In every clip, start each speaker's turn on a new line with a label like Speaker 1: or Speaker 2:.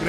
Speaker 1: Good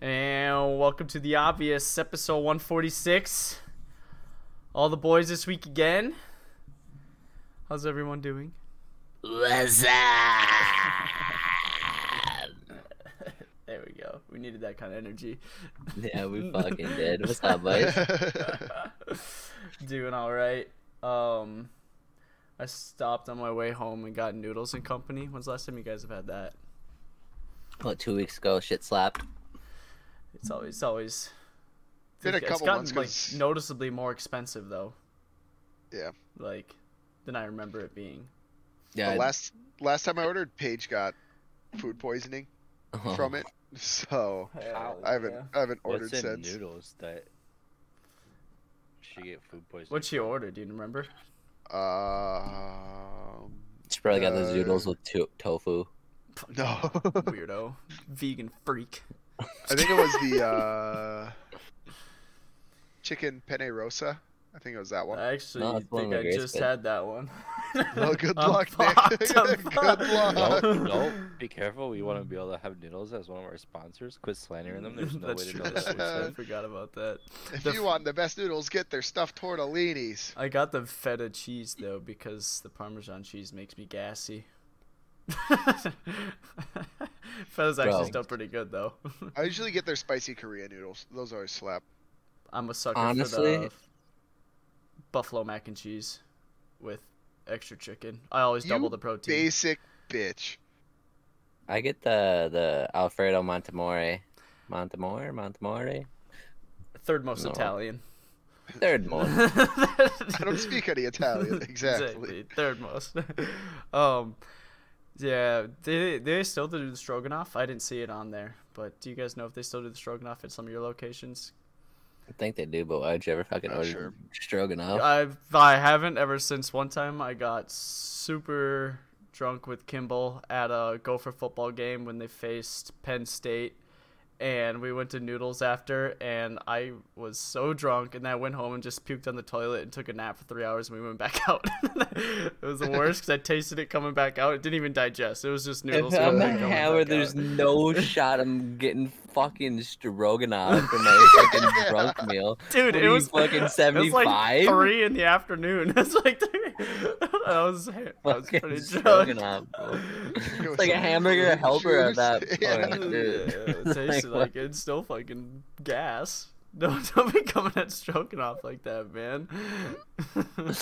Speaker 2: And welcome to the obvious episode 146. All the boys this week again. How's everyone doing? There we go. We needed that kind of energy.
Speaker 3: Yeah, we fucking did. What's up, bud?
Speaker 2: Doing all right. Um, I stopped on my way home and got noodles and company. When's the last time you guys have had that?
Speaker 3: What two weeks ago, shit slapped.
Speaker 2: It's always it's always.
Speaker 4: Been a
Speaker 2: it's
Speaker 4: couple
Speaker 2: gotten
Speaker 4: months,
Speaker 2: like
Speaker 4: 'cause-
Speaker 2: noticeably more expensive though,
Speaker 4: Yeah.
Speaker 2: like than I remember it being.
Speaker 3: Yeah,
Speaker 4: The last last time I ordered, Paige got food poisoning
Speaker 3: oh,
Speaker 4: from it, so I haven't I haven't ordered
Speaker 5: What's in
Speaker 4: since.
Speaker 5: noodles that she get food poisoning?
Speaker 2: What she ordered? Do you remember?
Speaker 4: Um,
Speaker 3: She probably got those
Speaker 4: No.
Speaker 3: noodles with to- tofu.
Speaker 4: no,
Speaker 2: Weirdo, vegan freak.
Speaker 4: I think it was the uh, chicken penne rosa. I think it was that one.
Speaker 2: I actually
Speaker 3: No, it's one
Speaker 2: think
Speaker 3: with
Speaker 2: I
Speaker 3: grace,
Speaker 2: just
Speaker 3: but-
Speaker 2: had that one.
Speaker 4: Well, good
Speaker 2: I'm
Speaker 4: luck, Nick.
Speaker 2: fucked, I'm
Speaker 4: Good
Speaker 2: fucked.
Speaker 4: luck.
Speaker 5: No, no, Oh, be careful. We want to be able to have noodles as one of our sponsors. Quit slandering them. There's no way
Speaker 2: That's
Speaker 5: to
Speaker 2: true.
Speaker 5: know that
Speaker 2: that's
Speaker 5: was
Speaker 2: true. I
Speaker 5: them.
Speaker 2: forgot about that.
Speaker 4: if
Speaker 2: The
Speaker 4: you
Speaker 2: f-
Speaker 4: want the best noodles, get their stuffed tortellinis.
Speaker 2: I got the feta cheese though because the Parmesan cheese makes me gassy. Feta's actually
Speaker 3: Bro.
Speaker 2: still pretty good though.
Speaker 4: I usually get their spicy Korean noodles. Those always slap.
Speaker 2: I'm a sucker for the
Speaker 3: Honestly-
Speaker 2: buffalo mac and cheese with extra chicken. I always double
Speaker 4: You
Speaker 2: the protein.
Speaker 4: Basic bitch.
Speaker 3: I get the the Alfredo Montemore, Montemore, Montemore,
Speaker 2: Third most
Speaker 3: No.
Speaker 2: Italian.
Speaker 3: third most.
Speaker 4: I don't speak any Italian. Exactly.
Speaker 2: Third most. um, yeah, they they still do the stroganoff. I didn't see it on there, but do you guys know if they still do the stroganoff at some of your locations?
Speaker 3: I think they do, but why would you ever fucking
Speaker 4: Not
Speaker 3: order
Speaker 4: sure.
Speaker 3: stroganoff?
Speaker 2: I've I haven't ever since one time I got super drunk with Kimball at a Gopher football game when they faced Penn State. And we went to noodles after, and I was so drunk, and then I went home and just puked on the toilet and took a nap for three hours, and we went back out. it was the worst because I tasted it coming back out. It didn't even digest. It was just noodles.
Speaker 3: if I'm
Speaker 2: coming back out,
Speaker 3: hammered,
Speaker 2: coming back
Speaker 3: there's
Speaker 5: uh,
Speaker 2: out.
Speaker 3: no shot I'm getting fucking stroganoff for my fucking drunk meal.
Speaker 2: dude. It
Speaker 3: What are you,
Speaker 2: was
Speaker 3: fucking
Speaker 2: it was, like
Speaker 3: 75?
Speaker 2: three in the afternoon. It's like three. I was I was
Speaker 3: Fucking
Speaker 2: pretty drunk.
Speaker 3: stroganoff. bro.
Speaker 4: It was
Speaker 3: It's like a
Speaker 4: some
Speaker 3: hamburger
Speaker 4: fruit
Speaker 3: helper at
Speaker 4: juice.
Speaker 3: that
Speaker 4: Yeah.
Speaker 3: point,
Speaker 2: Yeah,
Speaker 3: dude.
Speaker 2: it tasted
Speaker 3: what?
Speaker 2: like it's still fucking gas. No, don't be coming at stroking off like that, man.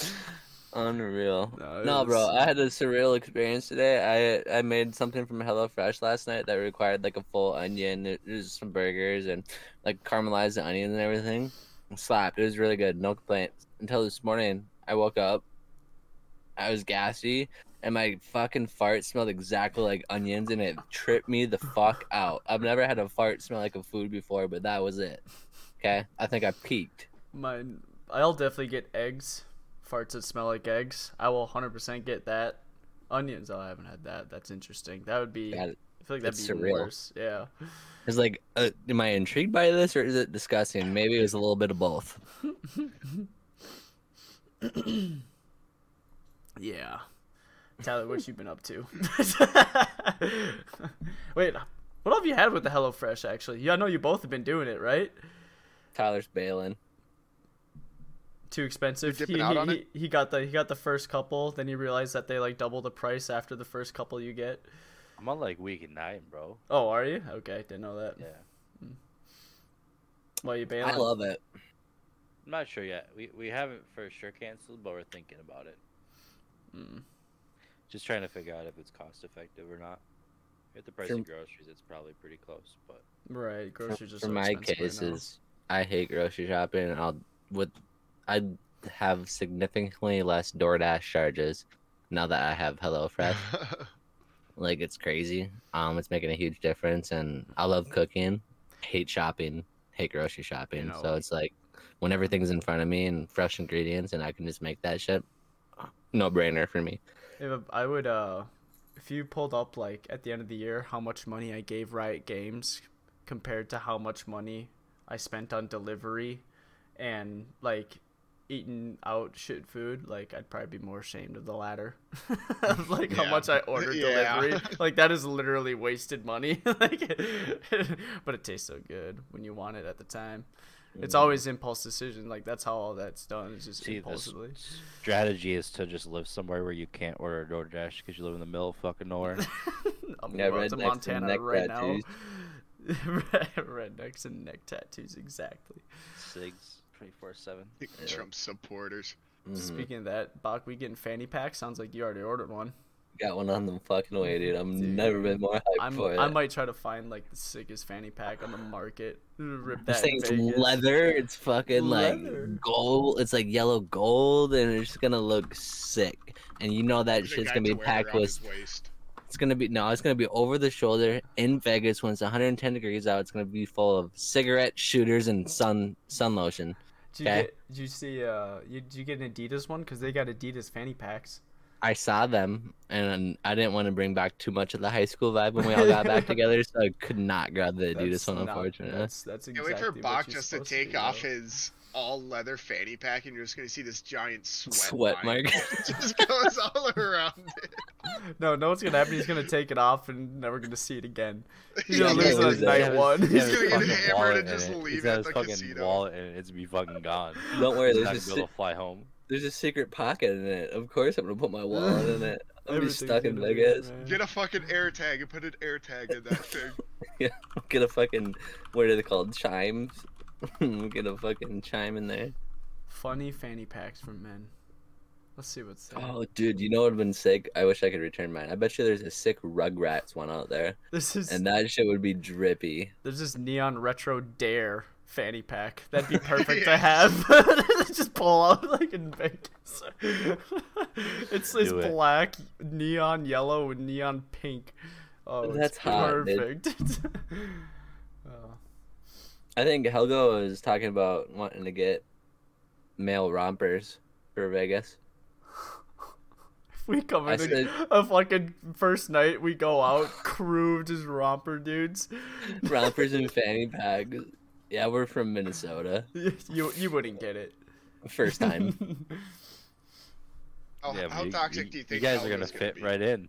Speaker 3: Unreal.
Speaker 2: No,
Speaker 3: No,
Speaker 2: it
Speaker 3: bro,
Speaker 2: was-
Speaker 3: I had a surreal experience today. I I made something from HelloFresh last night that required like a full onion. It was some burgers and like caramelized the onions and everything. Slapped. It was really good. No complaints. Until this morning, I woke up. I was gassy, and my fucking fart smelled exactly like onions, and it tripped me the fuck out. I've never had a fart smell like a food before, but that was it. Okay, I think I peaked.
Speaker 2: Mine, I'll definitely get eggs, farts that smell like eggs. I will 100% get that. Onions, oh, I haven't had that. That's interesting. That would be.
Speaker 3: That-
Speaker 2: I feel like that'd
Speaker 3: that's
Speaker 2: be even
Speaker 3: surreal.
Speaker 2: worse. Yeah.
Speaker 3: It's like, uh, am I intrigued by this or is it disgusting? Maybe it was a little bit of both.
Speaker 2: Yeah. Tyler, what you been up to? Wait, what have you had with the HelloFresh actually? Yeah, I know you both have been doing it, right?
Speaker 3: Tyler's bailing.
Speaker 2: Too expensive.
Speaker 4: You're
Speaker 2: He,
Speaker 4: dipping out
Speaker 2: he-
Speaker 4: on
Speaker 2: he-
Speaker 4: it?
Speaker 2: he got the he got the first couple, then he realized that they like double the price after the first couple you get.
Speaker 5: I'm on like week nine, bro.
Speaker 2: Oh, are you? Okay, didn't know that.
Speaker 5: Yeah.
Speaker 2: Well, you bailing.
Speaker 3: I love it.
Speaker 5: I'm not sure yet. We we haven't for sure canceled, but we're thinking about it.
Speaker 2: Mm,
Speaker 5: Just trying to figure out if it's cost effective or not. At the price
Speaker 3: For-
Speaker 5: of groceries, it's probably pretty close, but
Speaker 2: right,
Speaker 3: For,
Speaker 2: groceries are
Speaker 3: for
Speaker 2: so
Speaker 3: my
Speaker 2: expensive right
Speaker 3: case,
Speaker 2: now.
Speaker 3: is I hate grocery shopping. And I'll with I have significantly less DoorDash charges now that I have HelloFresh. like it's crazy. Um, it's making a huge difference, and I love cooking. Hate shopping. Hate grocery shopping.
Speaker 2: know,
Speaker 3: so it's like when everything's in front of me and fresh ingredients, and I can just make that shit. No brainer for me.
Speaker 2: If I would, uh, if you pulled up like at the end of the year how much money I gave Riot Games compared to how much money I spent on delivery and like eating out shit food, like I'd probably be more ashamed of the latter. Of, like how
Speaker 4: Yeah.
Speaker 2: much I ordered
Speaker 4: Yeah.
Speaker 2: delivery, like that is literally wasted money. like, but it tastes so good when you want it at the time. It's always impulse decision. Like that's how all that's done. It's just
Speaker 5: See, the s-
Speaker 2: impulsively.
Speaker 5: strategy is to just live somewhere where you can't order a DoorDash because you live in the middle of fucking nowhere.
Speaker 2: I'm
Speaker 3: Yeah,
Speaker 2: going to
Speaker 3: rednecks and
Speaker 2: Montana
Speaker 3: neck
Speaker 2: right
Speaker 3: tattoos.
Speaker 2: now. rednecks and neck tattoos, exactly.
Speaker 5: Sigs, twenty four seven.
Speaker 4: Trump supporters.
Speaker 3: Mhm.
Speaker 2: Speaking of that, Bach, we getting fanny pack? Sounds like you already ordered one.
Speaker 3: Got one on the fucking way, dude. I've
Speaker 2: Dude.
Speaker 3: never been more hyped
Speaker 2: I'm,
Speaker 3: for it.
Speaker 2: I might try to find like the sickest fanny pack on the market. Rip
Speaker 3: This
Speaker 2: that in
Speaker 3: thing's
Speaker 2: Vegas.
Speaker 3: leather. It's fucking
Speaker 2: Leather.
Speaker 3: like gold. It's like yellow gold, and it's just gonna look sick. And you know that shit's gonna be packed with.
Speaker 4: waste.
Speaker 3: It's gonna be no. It's gonna be over the shoulder in Vegas when it's 110 degrees out. It's gonna be full of cigarette shooters and sun sun lotion.
Speaker 2: Did you,
Speaker 3: Okay.
Speaker 2: get, did you see? Uh, you, did you get an Adidas one? Cause they got Adidas fanny packs.
Speaker 3: I saw them, and I didn't want to bring back too much of the high school vibe when we all got back together, so I could not grab the Adidas
Speaker 2: That's
Speaker 3: one,
Speaker 2: not-
Speaker 3: unfortunately.
Speaker 2: That's, that's
Speaker 4: Can't
Speaker 2: exactly
Speaker 4: wait for
Speaker 2: what
Speaker 4: Bach
Speaker 2: you're
Speaker 4: just to
Speaker 2: supposed to
Speaker 4: take
Speaker 2: do,
Speaker 4: off
Speaker 2: though.
Speaker 4: his all leather fanny pack, and you're just gonna see this giant sweat,
Speaker 3: Sweat mark.
Speaker 4: It just goes all around. It.
Speaker 2: No, no, what's gonna happen? He's gonna take it off and never gonna see it again. He's
Speaker 4: Yeah,
Speaker 2: gonna lose it
Speaker 4: he's gonna
Speaker 2: on
Speaker 4: lose
Speaker 5: it.
Speaker 2: night one.
Speaker 5: He has
Speaker 4: He's
Speaker 5: his
Speaker 4: gonna get
Speaker 5: fucking
Speaker 4: hammered
Speaker 5: wallet
Speaker 4: and
Speaker 5: in
Speaker 4: just
Speaker 5: it.
Speaker 4: leave it
Speaker 5: He's got
Speaker 4: at
Speaker 5: his
Speaker 4: the
Speaker 5: fucking
Speaker 4: casino.
Speaker 5: wallet and it's be fucking gone.
Speaker 3: Don't worry,
Speaker 5: He's
Speaker 3: there's a,
Speaker 5: not gonna be
Speaker 3: si-
Speaker 5: able to fly home.
Speaker 3: there's a secret pocket in it. Of course, I'm gonna put my wallet in it. I'm
Speaker 2: Everything's
Speaker 3: just stuck in
Speaker 2: gonna be
Speaker 3: Vegas.
Speaker 2: right.
Speaker 4: Get a fucking air tag and put an air tag in that thing.
Speaker 3: Get a fucking what are they called? Chimes. Get a fucking chime in there.
Speaker 2: Funny fanny packs for men. Let's see what's there.
Speaker 3: Oh, dude, you know what would have been sick? I wish I could return mine. I bet you there's a sick Rugrats one out there,
Speaker 2: There's this
Speaker 3: and that shit would be drippy.
Speaker 2: there's this neon retro dare fanny pack. That'd be perfect to
Speaker 4: Yeah.
Speaker 2: have. Just pull out like in Vegas. it's this
Speaker 5: Do it.
Speaker 2: black, neon yellow, and neon pink. Oh, it's
Speaker 3: That's hot, dude.
Speaker 2: perfect. oh,
Speaker 3: I think Helgo is talking about wanting to get male rompers for Vegas.
Speaker 2: if we come
Speaker 3: I
Speaker 2: in
Speaker 3: said-
Speaker 2: a, a fucking first night, we go out, crew of just romper dudes.
Speaker 3: rompers and fanny packs. Yeah, we're from Minnesota.
Speaker 2: You you wouldn't get it.
Speaker 3: First time.
Speaker 4: Oh,
Speaker 5: Yeah, but
Speaker 4: how toxic do you think
Speaker 5: guys are
Speaker 4: Howie
Speaker 5: gonna
Speaker 4: was
Speaker 5: fit
Speaker 4: be?
Speaker 5: right in?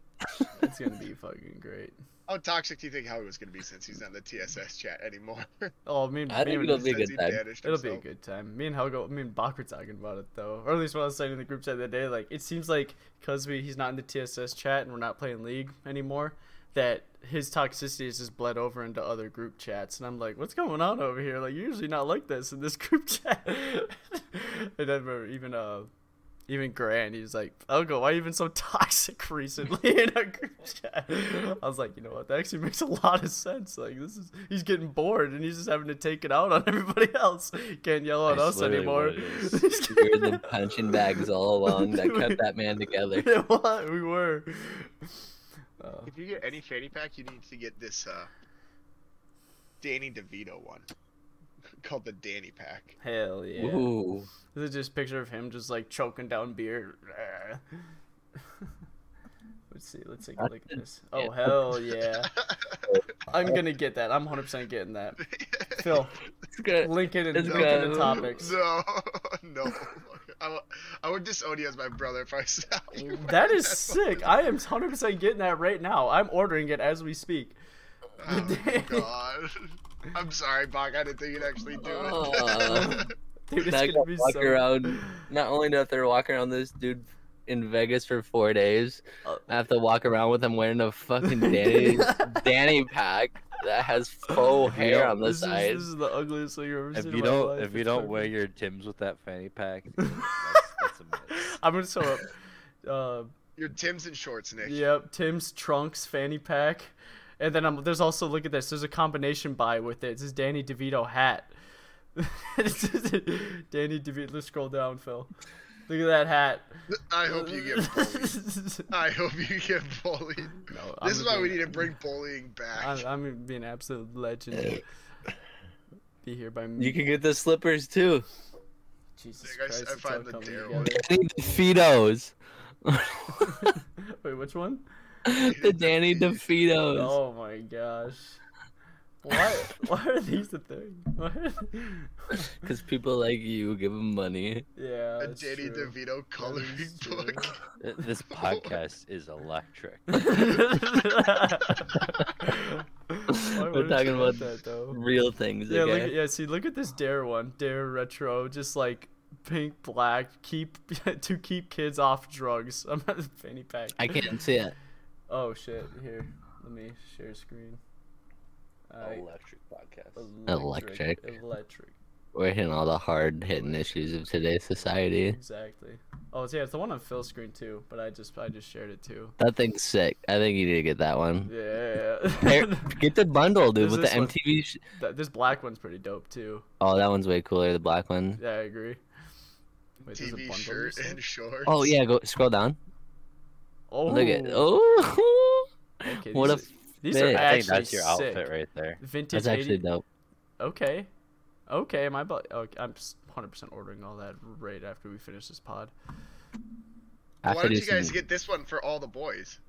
Speaker 2: It's gonna be fucking great.
Speaker 4: How toxic do you think Howie was gonna be since he's not in the TSS chat anymore?
Speaker 2: Oh, me and
Speaker 3: I think
Speaker 2: me and-
Speaker 3: it'll be a
Speaker 4: Since
Speaker 3: good
Speaker 4: he
Speaker 3: time.
Speaker 4: banished
Speaker 2: It'll be a
Speaker 4: himself.
Speaker 2: good time. Me and Helgo, me and Bach were talking about it though, or at least what I was saying in the group chat the other day. Like, it seems like because we, he's not in the TSS chat and we're not playing League anymore, that his toxicity has just bled over into other group chats. And I'm like, what's going on over here? Like, you're usually not like this in this group chat. and I remember even uh, even Grant, he was like, Helgo, why you been so toxic recently in our group chat? I was like, you know what, that actually makes a lot of sense. Like this is he's getting bored and he's just having to take it out on everybody else. Can't yell at
Speaker 5: That's
Speaker 2: us
Speaker 5: literally
Speaker 2: anymore.
Speaker 5: what it is.
Speaker 2: He's
Speaker 3: We were
Speaker 2: getting-
Speaker 3: the punching bags all along that kept that man together.
Speaker 2: Yeah, what? we were. Uh,
Speaker 4: If you get any fanny pack, you need to get this uh, Danny DeVito one called the Danny Pack.
Speaker 2: hell yeah.
Speaker 3: Ooh.
Speaker 2: This is just a picture of him just like choking down beer. let's see. Let's take a look at this. Oh hell yeah! I'm gonna get that. I'm 100% getting that. Phil,
Speaker 3: It's good.
Speaker 2: link it and
Speaker 3: It's
Speaker 2: link it in
Speaker 3: good.
Speaker 2: topics.
Speaker 4: No, no. I, w- I would disown you as my brother if I saw you.
Speaker 2: That is sick. I am 100% getting that right now. I'm ordering it as we speak.
Speaker 4: Oh, God. I'm sorry, Bach. I didn't think you'd actually do
Speaker 3: Oh. Aw.
Speaker 4: it.
Speaker 2: Dude, it's
Speaker 3: That guy
Speaker 2: gonna be
Speaker 3: walk
Speaker 2: so.
Speaker 3: around. Not only do I have to walk around this dude in Vegas for four days,
Speaker 2: Oh.
Speaker 3: I have to walk around with him wearing a fucking Danny Danny pack that has faux
Speaker 5: If you
Speaker 3: hair
Speaker 5: don't-
Speaker 3: on the
Speaker 2: This is,
Speaker 3: side.
Speaker 2: this is the ugliest thing I've ever
Speaker 5: If
Speaker 2: seen
Speaker 5: you
Speaker 2: in my
Speaker 5: don't,
Speaker 2: life.
Speaker 5: if you
Speaker 2: It's
Speaker 5: don't
Speaker 2: perfect.
Speaker 5: wear your Tim's with that fanny pack, that's, that's a miss.
Speaker 2: I'm gonna show up. Uh,
Speaker 4: Your Tim's and shorts, Nick.
Speaker 2: Yep, Tim's trunks fanny pack, and then I'm, there's also look at this. There's a combination buy with it. It's his Danny DeVito hat. Danny DeVito. Let's scroll down, Phil. Look at that hat.
Speaker 4: I hope you get bullied. I hope you get bullied.
Speaker 2: No,
Speaker 4: this
Speaker 2: I'm
Speaker 4: is why we
Speaker 2: being-
Speaker 4: need to bring bullying back.
Speaker 2: I'm, I'm being an absolute legend. Be here by me.
Speaker 3: You can get the slippers too.
Speaker 2: Jesus
Speaker 4: Like I
Speaker 2: Christ,
Speaker 4: s- I
Speaker 2: it's all
Speaker 4: find the
Speaker 2: coming
Speaker 4: Daryl.
Speaker 2: together.
Speaker 3: Danny DeFitos.
Speaker 2: Wait, which one?
Speaker 3: the Danny DeFitos.
Speaker 2: Oh my gosh. Why? Why are these the thing? Why are-
Speaker 3: Because people like you give them money.
Speaker 2: yeah.
Speaker 4: a
Speaker 2: it's
Speaker 4: Danny
Speaker 2: true.
Speaker 4: DeVito coloring
Speaker 2: is true.
Speaker 4: book.
Speaker 5: Th- This podcast is electric.
Speaker 2: Why
Speaker 3: We're
Speaker 2: would you
Speaker 3: talking
Speaker 2: want
Speaker 3: about
Speaker 2: that though.
Speaker 3: real things.
Speaker 2: Yeah, look,
Speaker 3: okay?
Speaker 2: at- yeah. See, look at this Dare one, Dare Retro, just like pink, black, keep to keep kids off drugs. I'm at the fanny pack.
Speaker 3: I can't see it.
Speaker 2: Oh shit! Here, let me share screen. Alright,
Speaker 5: electric podcast.
Speaker 2: Electric.
Speaker 3: Electric.
Speaker 2: Electric.
Speaker 3: We're hitting all the hard hitting issues of today's society.
Speaker 2: Exactly. Oh, it's, yeah, it's the one on Phil's screen too, but I just I just shared it too.
Speaker 3: That thing's sick. I think you need to get that one.
Speaker 2: Yeah.
Speaker 3: Pair- Get the bundle, dude,
Speaker 2: There's
Speaker 3: with the
Speaker 2: this one.
Speaker 3: MTV. Sh-
Speaker 2: That- this black one's pretty dope too.
Speaker 3: oh, that one's way cooler. The black one.
Speaker 2: Yeah, I agree. Wait, there's a
Speaker 4: TV
Speaker 2: bundle you
Speaker 4: shirt
Speaker 2: said?
Speaker 4: and shorts.
Speaker 3: Oh yeah, go scroll down.
Speaker 2: Oh,
Speaker 3: Look at oh,
Speaker 2: okay,
Speaker 3: what a
Speaker 2: these are- these are
Speaker 3: fit.
Speaker 5: I
Speaker 2: actually
Speaker 5: think that's your
Speaker 2: sick.
Speaker 5: outfit right there.
Speaker 2: Vintage
Speaker 3: that's actually
Speaker 2: 80
Speaker 3: dope.
Speaker 2: Okay. Okay, my bu- okay, I'm s- 100% ordering all that right after we finish this pod.
Speaker 3: I have
Speaker 4: Why
Speaker 3: to
Speaker 4: don't
Speaker 3: do
Speaker 4: you guys
Speaker 3: some-
Speaker 4: get this one for all the boys?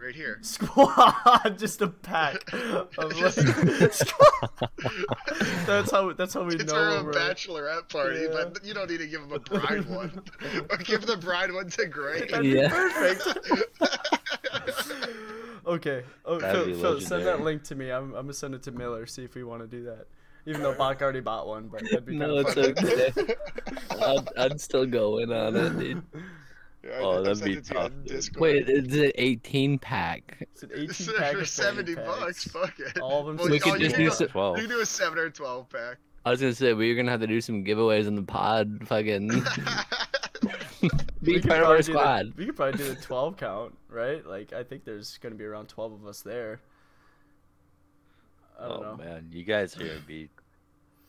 Speaker 4: Right here.
Speaker 2: Squad, just a pack. Of like, squad. that's how that's how we
Speaker 4: It's
Speaker 2: know
Speaker 4: our
Speaker 2: we're
Speaker 4: bachelorette party,
Speaker 2: Yeah.
Speaker 4: but you don't need to give them a bride one. or give the bride one to Gray.
Speaker 3: Yeah,
Speaker 2: Okay. Oh,
Speaker 5: That'd
Speaker 2: Phil,
Speaker 5: be
Speaker 2: Phil, send that
Speaker 5: legendary.
Speaker 2: link to me. I'm, I'm gonna send it to Miller. See if we want to do that. Even though Bach already bought one, but that'd be
Speaker 3: no,
Speaker 2: kind of
Speaker 3: it's
Speaker 2: fun.
Speaker 3: okay. I'm, I'm still going on it. dude.
Speaker 4: Yeah, I-
Speaker 5: Oh,
Speaker 4: I
Speaker 5: that'd
Speaker 4: sent
Speaker 5: be
Speaker 4: it to you on
Speaker 5: tough, dude.
Speaker 4: Discord.
Speaker 3: Wait, it's an 18 pack.
Speaker 2: It's an 18
Speaker 4: It's
Speaker 2: pack
Speaker 4: for
Speaker 2: of
Speaker 4: 70
Speaker 2: 40
Speaker 4: bucks.
Speaker 2: packs.
Speaker 4: Fuck it.
Speaker 2: All of 'em
Speaker 4: Well,
Speaker 3: We could
Speaker 4: all
Speaker 3: just
Speaker 4: you
Speaker 3: do
Speaker 4: can
Speaker 3: some-
Speaker 4: do- You can do a 7 or 12 pack.
Speaker 3: I was gonna say we were gonna have to do some giveaways in the pod. Fucking be
Speaker 2: could
Speaker 3: part of
Speaker 2: probably do
Speaker 3: our
Speaker 2: the-
Speaker 3: squad.
Speaker 2: we could probably do the 12 count, right? Like I think there's gonna be around 12 of us there. I don't
Speaker 5: Oh
Speaker 2: know.
Speaker 5: man, you guys are gonna be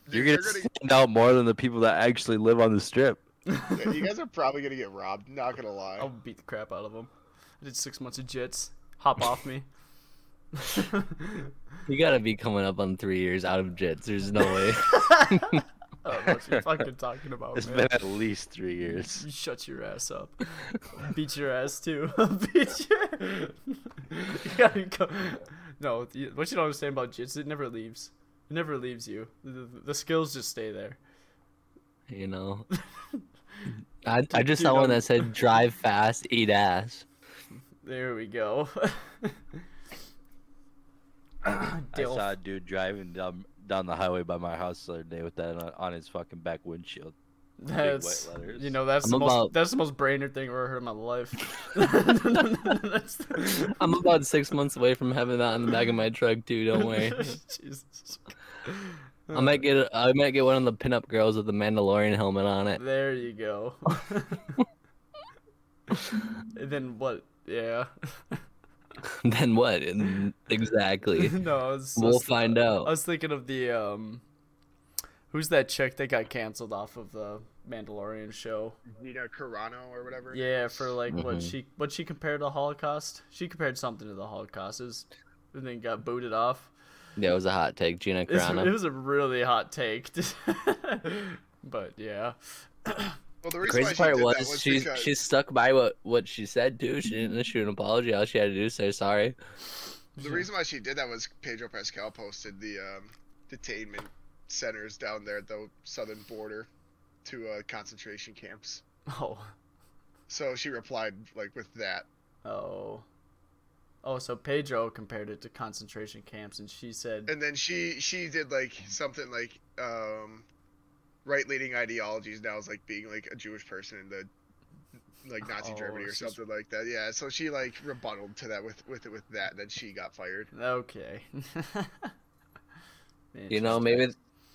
Speaker 4: Dude,
Speaker 5: you're gonna stand out more than the people that actually live on the strip.
Speaker 4: yeah, you guys are probably going to get robbed. Not going to lie.
Speaker 2: I'll beat the crap out of them. I did six months of jits. Hop off me.
Speaker 3: You gotta be coming up on three years out of jits. There's no way.
Speaker 2: I don't know what you're fucking talking about,
Speaker 5: Oh, It's
Speaker 2: man.
Speaker 5: been at least three years.
Speaker 2: You shut your ass up. Beat your ass too. Beat your. you gotta go. No, you- what you don't understand about jits, it never leaves. It never leaves you. The, the- the skills just stay there.
Speaker 3: you know. I, I just
Speaker 2: you
Speaker 3: saw one
Speaker 2: know-
Speaker 3: that said drive fast, eat ass.
Speaker 2: There we go.
Speaker 5: I
Speaker 2: Dilf.
Speaker 5: saw a dude driving down down the highway by my house the other day with that on, on his fucking back windshield.
Speaker 2: That's
Speaker 5: white letters.
Speaker 2: you know that's
Speaker 3: I'm
Speaker 2: the most
Speaker 3: about-
Speaker 2: that's the most brainer thing I've ever heard in my life. That's the-
Speaker 3: I'm about six months away from having that on the back of my truck too. Don't worry.
Speaker 2: Jesus.
Speaker 3: I might get a, I might get one of the pinup girls with the Mandalorian helmet on it.
Speaker 2: There you go. and then what? Yeah.
Speaker 3: then what? And- exactly.
Speaker 2: no, I was, I
Speaker 3: We'll
Speaker 2: was-
Speaker 3: find
Speaker 2: I
Speaker 3: out.
Speaker 2: was thinking of the um, who's that chick that got canceled off of the Mandalorian show?
Speaker 4: Gina Carano or whatever.
Speaker 2: Yeah, for like what
Speaker 3: Mhm.
Speaker 2: she what she compared to the Holocaust. She compared something to the Holocaust, it was- and then got booted off.
Speaker 3: Yeah, it was a hot take, Gina
Speaker 2: It's, it
Speaker 3: Carano.
Speaker 2: was a really hot take, but yeah.
Speaker 4: Well, the
Speaker 3: The
Speaker 4: reason why
Speaker 3: crazy
Speaker 4: she
Speaker 3: part
Speaker 4: did that
Speaker 3: was,
Speaker 4: was
Speaker 3: she
Speaker 4: because
Speaker 3: she stuck by what what she said too. She didn't issue an apology. All she had to do was say sorry.
Speaker 4: the reason why she did that was Pedro Pascal posted the um, detainment centers down there at the southern border to uh, concentration camps.
Speaker 2: Oh,
Speaker 4: So she replied like with that.
Speaker 2: oh, oh. So Pedro compared it to concentration camps, and she said,
Speaker 4: and then she she did like something like um right leaning ideologies now is like being like a Jewish person in the like Nazi
Speaker 2: Oh,
Speaker 4: Germany or
Speaker 2: she's-
Speaker 4: something like that. Yeah, so she like rebutted to that with with with that, and then she got fired.
Speaker 2: "Okay."
Speaker 3: You know, maybe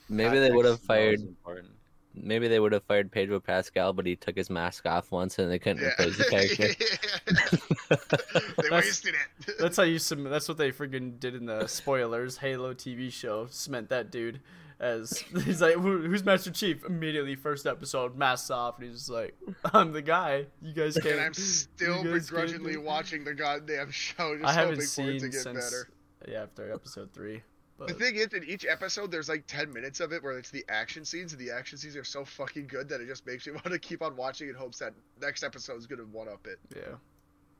Speaker 3: maybe they
Speaker 5: Context
Speaker 3: would
Speaker 5: is
Speaker 3: have
Speaker 5: always
Speaker 3: fired
Speaker 5: important.
Speaker 3: maybe they would have fired Pedro Pascal, but he took his mask off once and they couldn't
Speaker 4: Yeah,
Speaker 3: replace the character.
Speaker 4: they
Speaker 2: That's-
Speaker 4: wasted it.
Speaker 2: That's how you submit. That's what they freaking did in the spoilers Halo TV show. Cement that dude As he's like, Who, who's Master Chief? Immediately, first episode, masks off, and he's just like, I'm the guy. You guys can't.
Speaker 4: and I'm still
Speaker 2: you guys can't do
Speaker 4: begrudgingly
Speaker 2: it."
Speaker 4: watching the goddamn show, just
Speaker 2: I haven't
Speaker 4: hoping for
Speaker 2: seen
Speaker 4: it to get
Speaker 2: since
Speaker 4: better.
Speaker 2: yeah after episode three. But
Speaker 4: The thing is, in each episode, there's like 10 minutes of it where it's the action scenes, and the action scenes are so fucking good that it just makes you want to keep on watching in hopes that next episode is going to one up it.
Speaker 2: yeah,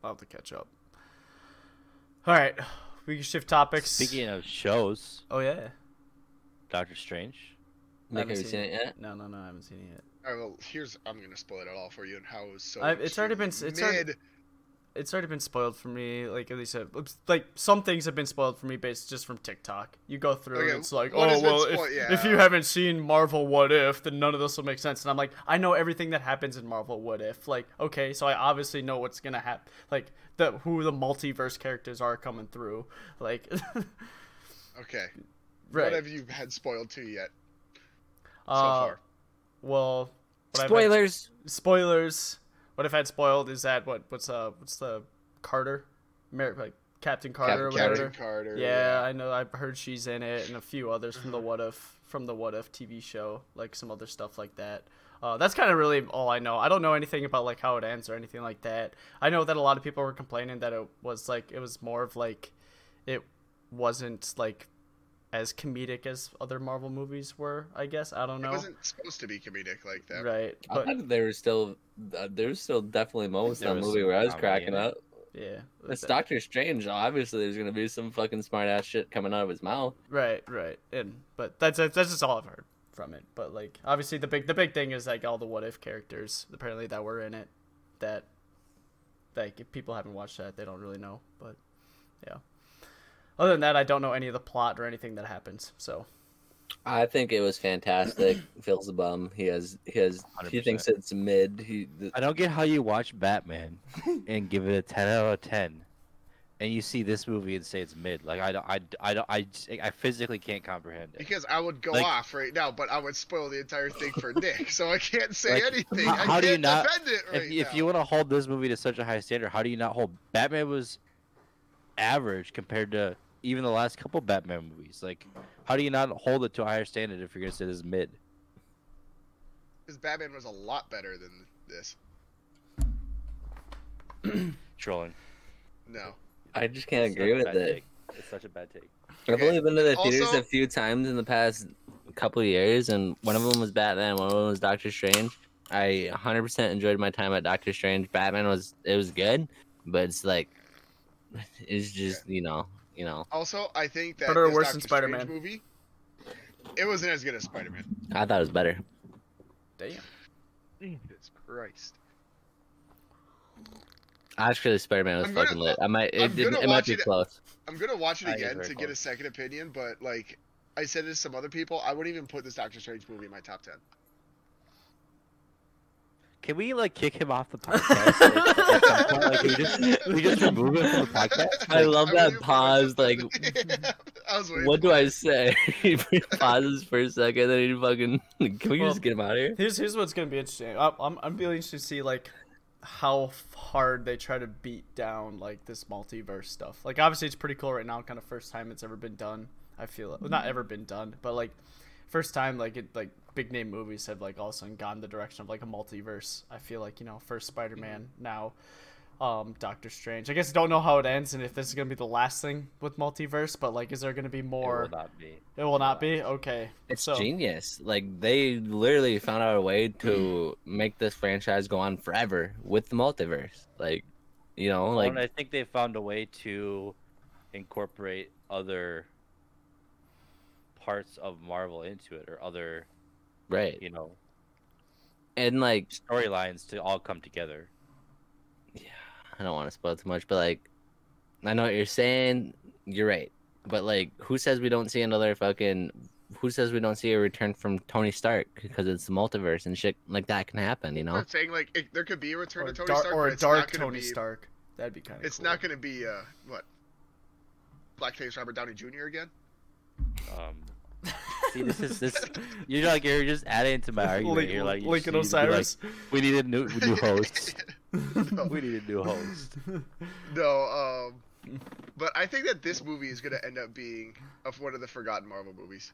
Speaker 2: I'll have to catch up. All right, we can shift topics.
Speaker 5: Speaking of shows,
Speaker 2: oh yeah,
Speaker 5: Doctor Strange.
Speaker 2: I
Speaker 3: Nick,
Speaker 2: haven't
Speaker 3: have you seen it yet?
Speaker 2: No, no, no, I haven't seen it yet.
Speaker 4: All right, well, here's I'm going to spoil it all for you and how it was so.
Speaker 2: I've- it's already been-
Speaker 4: extremely
Speaker 2: it's already-
Speaker 4: mid.
Speaker 2: It's already been spoiled for me. Like at least, uh, oops, like some things have been spoiled for me based just from TikTok. You go through
Speaker 4: Okay,
Speaker 2: and it's like,
Speaker 4: what
Speaker 2: oh
Speaker 4: has been
Speaker 2: well, if,
Speaker 4: spoiled? Yeah.
Speaker 2: if you haven't seen Marvel What If, then none of this will make sense. And I'm like, I know everything that happens in Marvel What If. Like, okay, so I obviously know what's gonna happen. Like the who the multiverse characters are coming through. Like,
Speaker 4: Okay.
Speaker 2: right.
Speaker 4: What have you had spoiled to yet so
Speaker 2: Uh,
Speaker 4: far?
Speaker 2: Well, what I've had-
Speaker 3: Spoilers.
Speaker 2: spoilers. What I've had spoiled is that what what's uh what's the Carter, Mer- like Captain Carter or
Speaker 3: Captain
Speaker 2: whatever.
Speaker 4: Captain Carter.
Speaker 2: Yeah, I know. I've heard she's in it, and a few others from the
Speaker 3: Mm-hmm.
Speaker 2: What If from the What If TV show, like some other stuff like that. Uh, that's kind of really all I know. I don't know anything about like how it ends or anything like that. I know that a lot of people were complaining that it was like it was more of like it wasn't like as comedic as other Marvel movies were. I guess I don't know.
Speaker 4: It wasn't supposed to be comedic like that.
Speaker 2: right,
Speaker 3: I
Speaker 2: but
Speaker 3: thought there was still uh, there was still definitely moments in
Speaker 5: There
Speaker 3: that
Speaker 5: was
Speaker 3: movie
Speaker 5: some
Speaker 3: where I was
Speaker 5: comedy in
Speaker 3: cracking
Speaker 5: it.
Speaker 3: up.
Speaker 2: yeah,
Speaker 3: It's
Speaker 2: that-
Speaker 3: Doctor Strange. Obviously, there's gonna be some fucking smart ass shit coming out of his mouth.
Speaker 2: Right, right, and but that's that's just all I've heard from it. But like, obviously, the big the big thing is like all the what if characters apparently that were in it that like if people haven't watched that they don't really know. But yeah, other than that, I don't know any of the plot or anything that happens. So
Speaker 3: I think it was fantastic. Phil's a bum. He has he has he
Speaker 5: 100%.
Speaker 3: thinks it's mid. He th-
Speaker 5: I don't get how you watch Batman and give it a 10 out of 10, and you see this movie and say it's mid. Like I, don't- I, I, don't- I, just- I physically can't comprehend it.
Speaker 4: Because I would go
Speaker 5: Like-
Speaker 4: off right now, but I would spoil the entire thing for Nick, so I can't say
Speaker 5: Like,
Speaker 4: anything.
Speaker 5: how-
Speaker 4: I
Speaker 5: how
Speaker 4: can't
Speaker 5: do you not-
Speaker 4: defend it right
Speaker 5: if, if
Speaker 4: now.
Speaker 5: you want to hold this movie to such a high standard, how do you not hold Batman was average compared to even the last couple Batman movies? Like, how do you not hold it to a higher standard if you're gonna say this is mid?
Speaker 4: Because Batman was a lot better than this.
Speaker 5: Trolling.
Speaker 4: No.
Speaker 3: I just can't
Speaker 5: It's such
Speaker 3: agree
Speaker 5: a
Speaker 3: with
Speaker 5: bad
Speaker 3: it.
Speaker 5: take. It's such a bad take.
Speaker 3: I've only been to the
Speaker 4: Also-
Speaker 3: theaters a few times in the past couple of years, and one of them was Batman, one of them was Doctor Strange. I 100% enjoyed my time at Doctor Strange. Batman was it was good, but it's like it's just you know you know
Speaker 4: Also, I think that
Speaker 2: Better or
Speaker 4: this
Speaker 2: worse than
Speaker 4: Doctor Strange
Speaker 2: Spider-Man?
Speaker 4: movie. It wasn't as good as Spider Man.
Speaker 3: I thought it was better.
Speaker 2: damn,
Speaker 4: Jesus Christ.
Speaker 3: Actually, Spider Man was
Speaker 4: I'm gonna-
Speaker 3: fucking lit. I might
Speaker 4: I'm
Speaker 3: it, didn't,
Speaker 4: gonna
Speaker 3: it might
Speaker 4: watch
Speaker 3: be
Speaker 4: it-
Speaker 3: close.
Speaker 4: I'm gonna watch it
Speaker 5: I agree
Speaker 4: again to
Speaker 5: with
Speaker 4: get
Speaker 5: Paul.
Speaker 4: a second opinion, but like I said to some other people, I wouldn't even put this Doctor Strange movie in my top ten.
Speaker 5: Can we like kick him off the podcast? like, at some point? Like, can we just we just remove him from the podcast.
Speaker 3: I love
Speaker 4: wouldn't
Speaker 3: that
Speaker 4: even put
Speaker 3: pause,
Speaker 4: it in my
Speaker 3: like,
Speaker 4: top 10. I was waiting
Speaker 3: What
Speaker 4: for
Speaker 3: do
Speaker 4: it.
Speaker 3: I say? he pauses for a second, then he fucking. Can we
Speaker 2: Well-
Speaker 3: just get him out of here?
Speaker 2: here's here's what's gonna be interesting. I, I'm I'm really interested to see like how f- hard they try to beat down like this multiverse stuff. Like obviously it's pretty cool right now, kind of first time it's ever been done. I feel well, not ever been done, but like first time like it like big name movies have like all of a sudden gone the direction of like a multiverse. I feel like you know first Spider Man now. Um, Doctor Strange. I guess I don't know how it ends and if this is gonna be the last thing with multiverse, but like, is there gonna be more?
Speaker 5: It will not be.
Speaker 2: It will not be. Okay,
Speaker 3: It's
Speaker 2: so
Speaker 3: genius. Like they literally found out a way to make this franchise go on forever with the multiverse. Like, you know,
Speaker 5: Well, and
Speaker 3: like
Speaker 5: I think they found a way to incorporate other parts of Marvel into it, or other
Speaker 3: right
Speaker 5: you know
Speaker 3: and like
Speaker 5: storylines to all come together.
Speaker 3: I don't want to spoil too much, but like I know what you're saying. You're right, but like, who says we don't see another fucking? Who says we don't see a return from Tony Stark because it's the multiverse and shit like that can happen? You know,
Speaker 4: I'm saying like it, there could be a return
Speaker 2: or,
Speaker 4: to Tony
Speaker 2: dar-
Speaker 4: Stark,
Speaker 2: or
Speaker 4: but
Speaker 2: a
Speaker 4: it's not
Speaker 2: dark
Speaker 4: gonna
Speaker 2: Tony
Speaker 4: be,
Speaker 2: Stark. That'd be kind of.
Speaker 4: It's not going to be uh what Blackface Robert Downey Jr. again.
Speaker 5: Um, see, this is this. You're like you're just adding to my argument.
Speaker 2: Link-
Speaker 5: you're like you
Speaker 2: Lincoln
Speaker 5: just need to be like,
Speaker 2: Osiris.
Speaker 5: we need a new new host.
Speaker 4: No.
Speaker 5: we need a new host.
Speaker 4: No, um, but I think that this movie is going to end up being of one of the forgotten Marvel movies.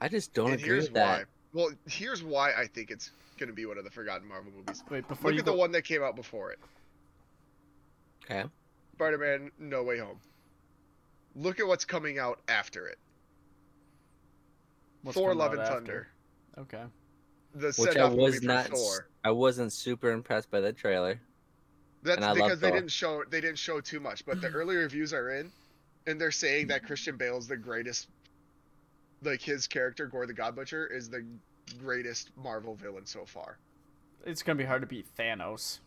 Speaker 3: I just don't
Speaker 4: and
Speaker 3: agree
Speaker 4: here's
Speaker 3: with that.
Speaker 4: why. Well, here's why I think it's going to be one of the forgotten Marvel movies.
Speaker 2: Wait, before
Speaker 4: Look
Speaker 2: you
Speaker 4: at
Speaker 2: go,
Speaker 4: the one that came out before it.
Speaker 3: Okay.
Speaker 4: Spider-Man: No Way Home. Look at what's coming out after it.
Speaker 2: what's
Speaker 4: Thor:
Speaker 2: coming
Speaker 4: Love
Speaker 2: out
Speaker 4: and
Speaker 2: after.
Speaker 4: Thunder.
Speaker 2: Okay.
Speaker 4: The
Speaker 3: Which
Speaker 4: set
Speaker 3: I
Speaker 4: off
Speaker 3: was
Speaker 4: movie
Speaker 3: not.
Speaker 4: for Thor.
Speaker 3: I wasn't super impressed by the trailer.
Speaker 4: That's
Speaker 3: and I love
Speaker 4: because they
Speaker 3: Thor.
Speaker 4: didn't show they didn't show too much, but the early reviews are in, and they're saying that Christian Bale's the greatest. Like his character, Gore the God Butcher, is the greatest Marvel villain so far.
Speaker 2: It's gonna be hard to beat Thanos.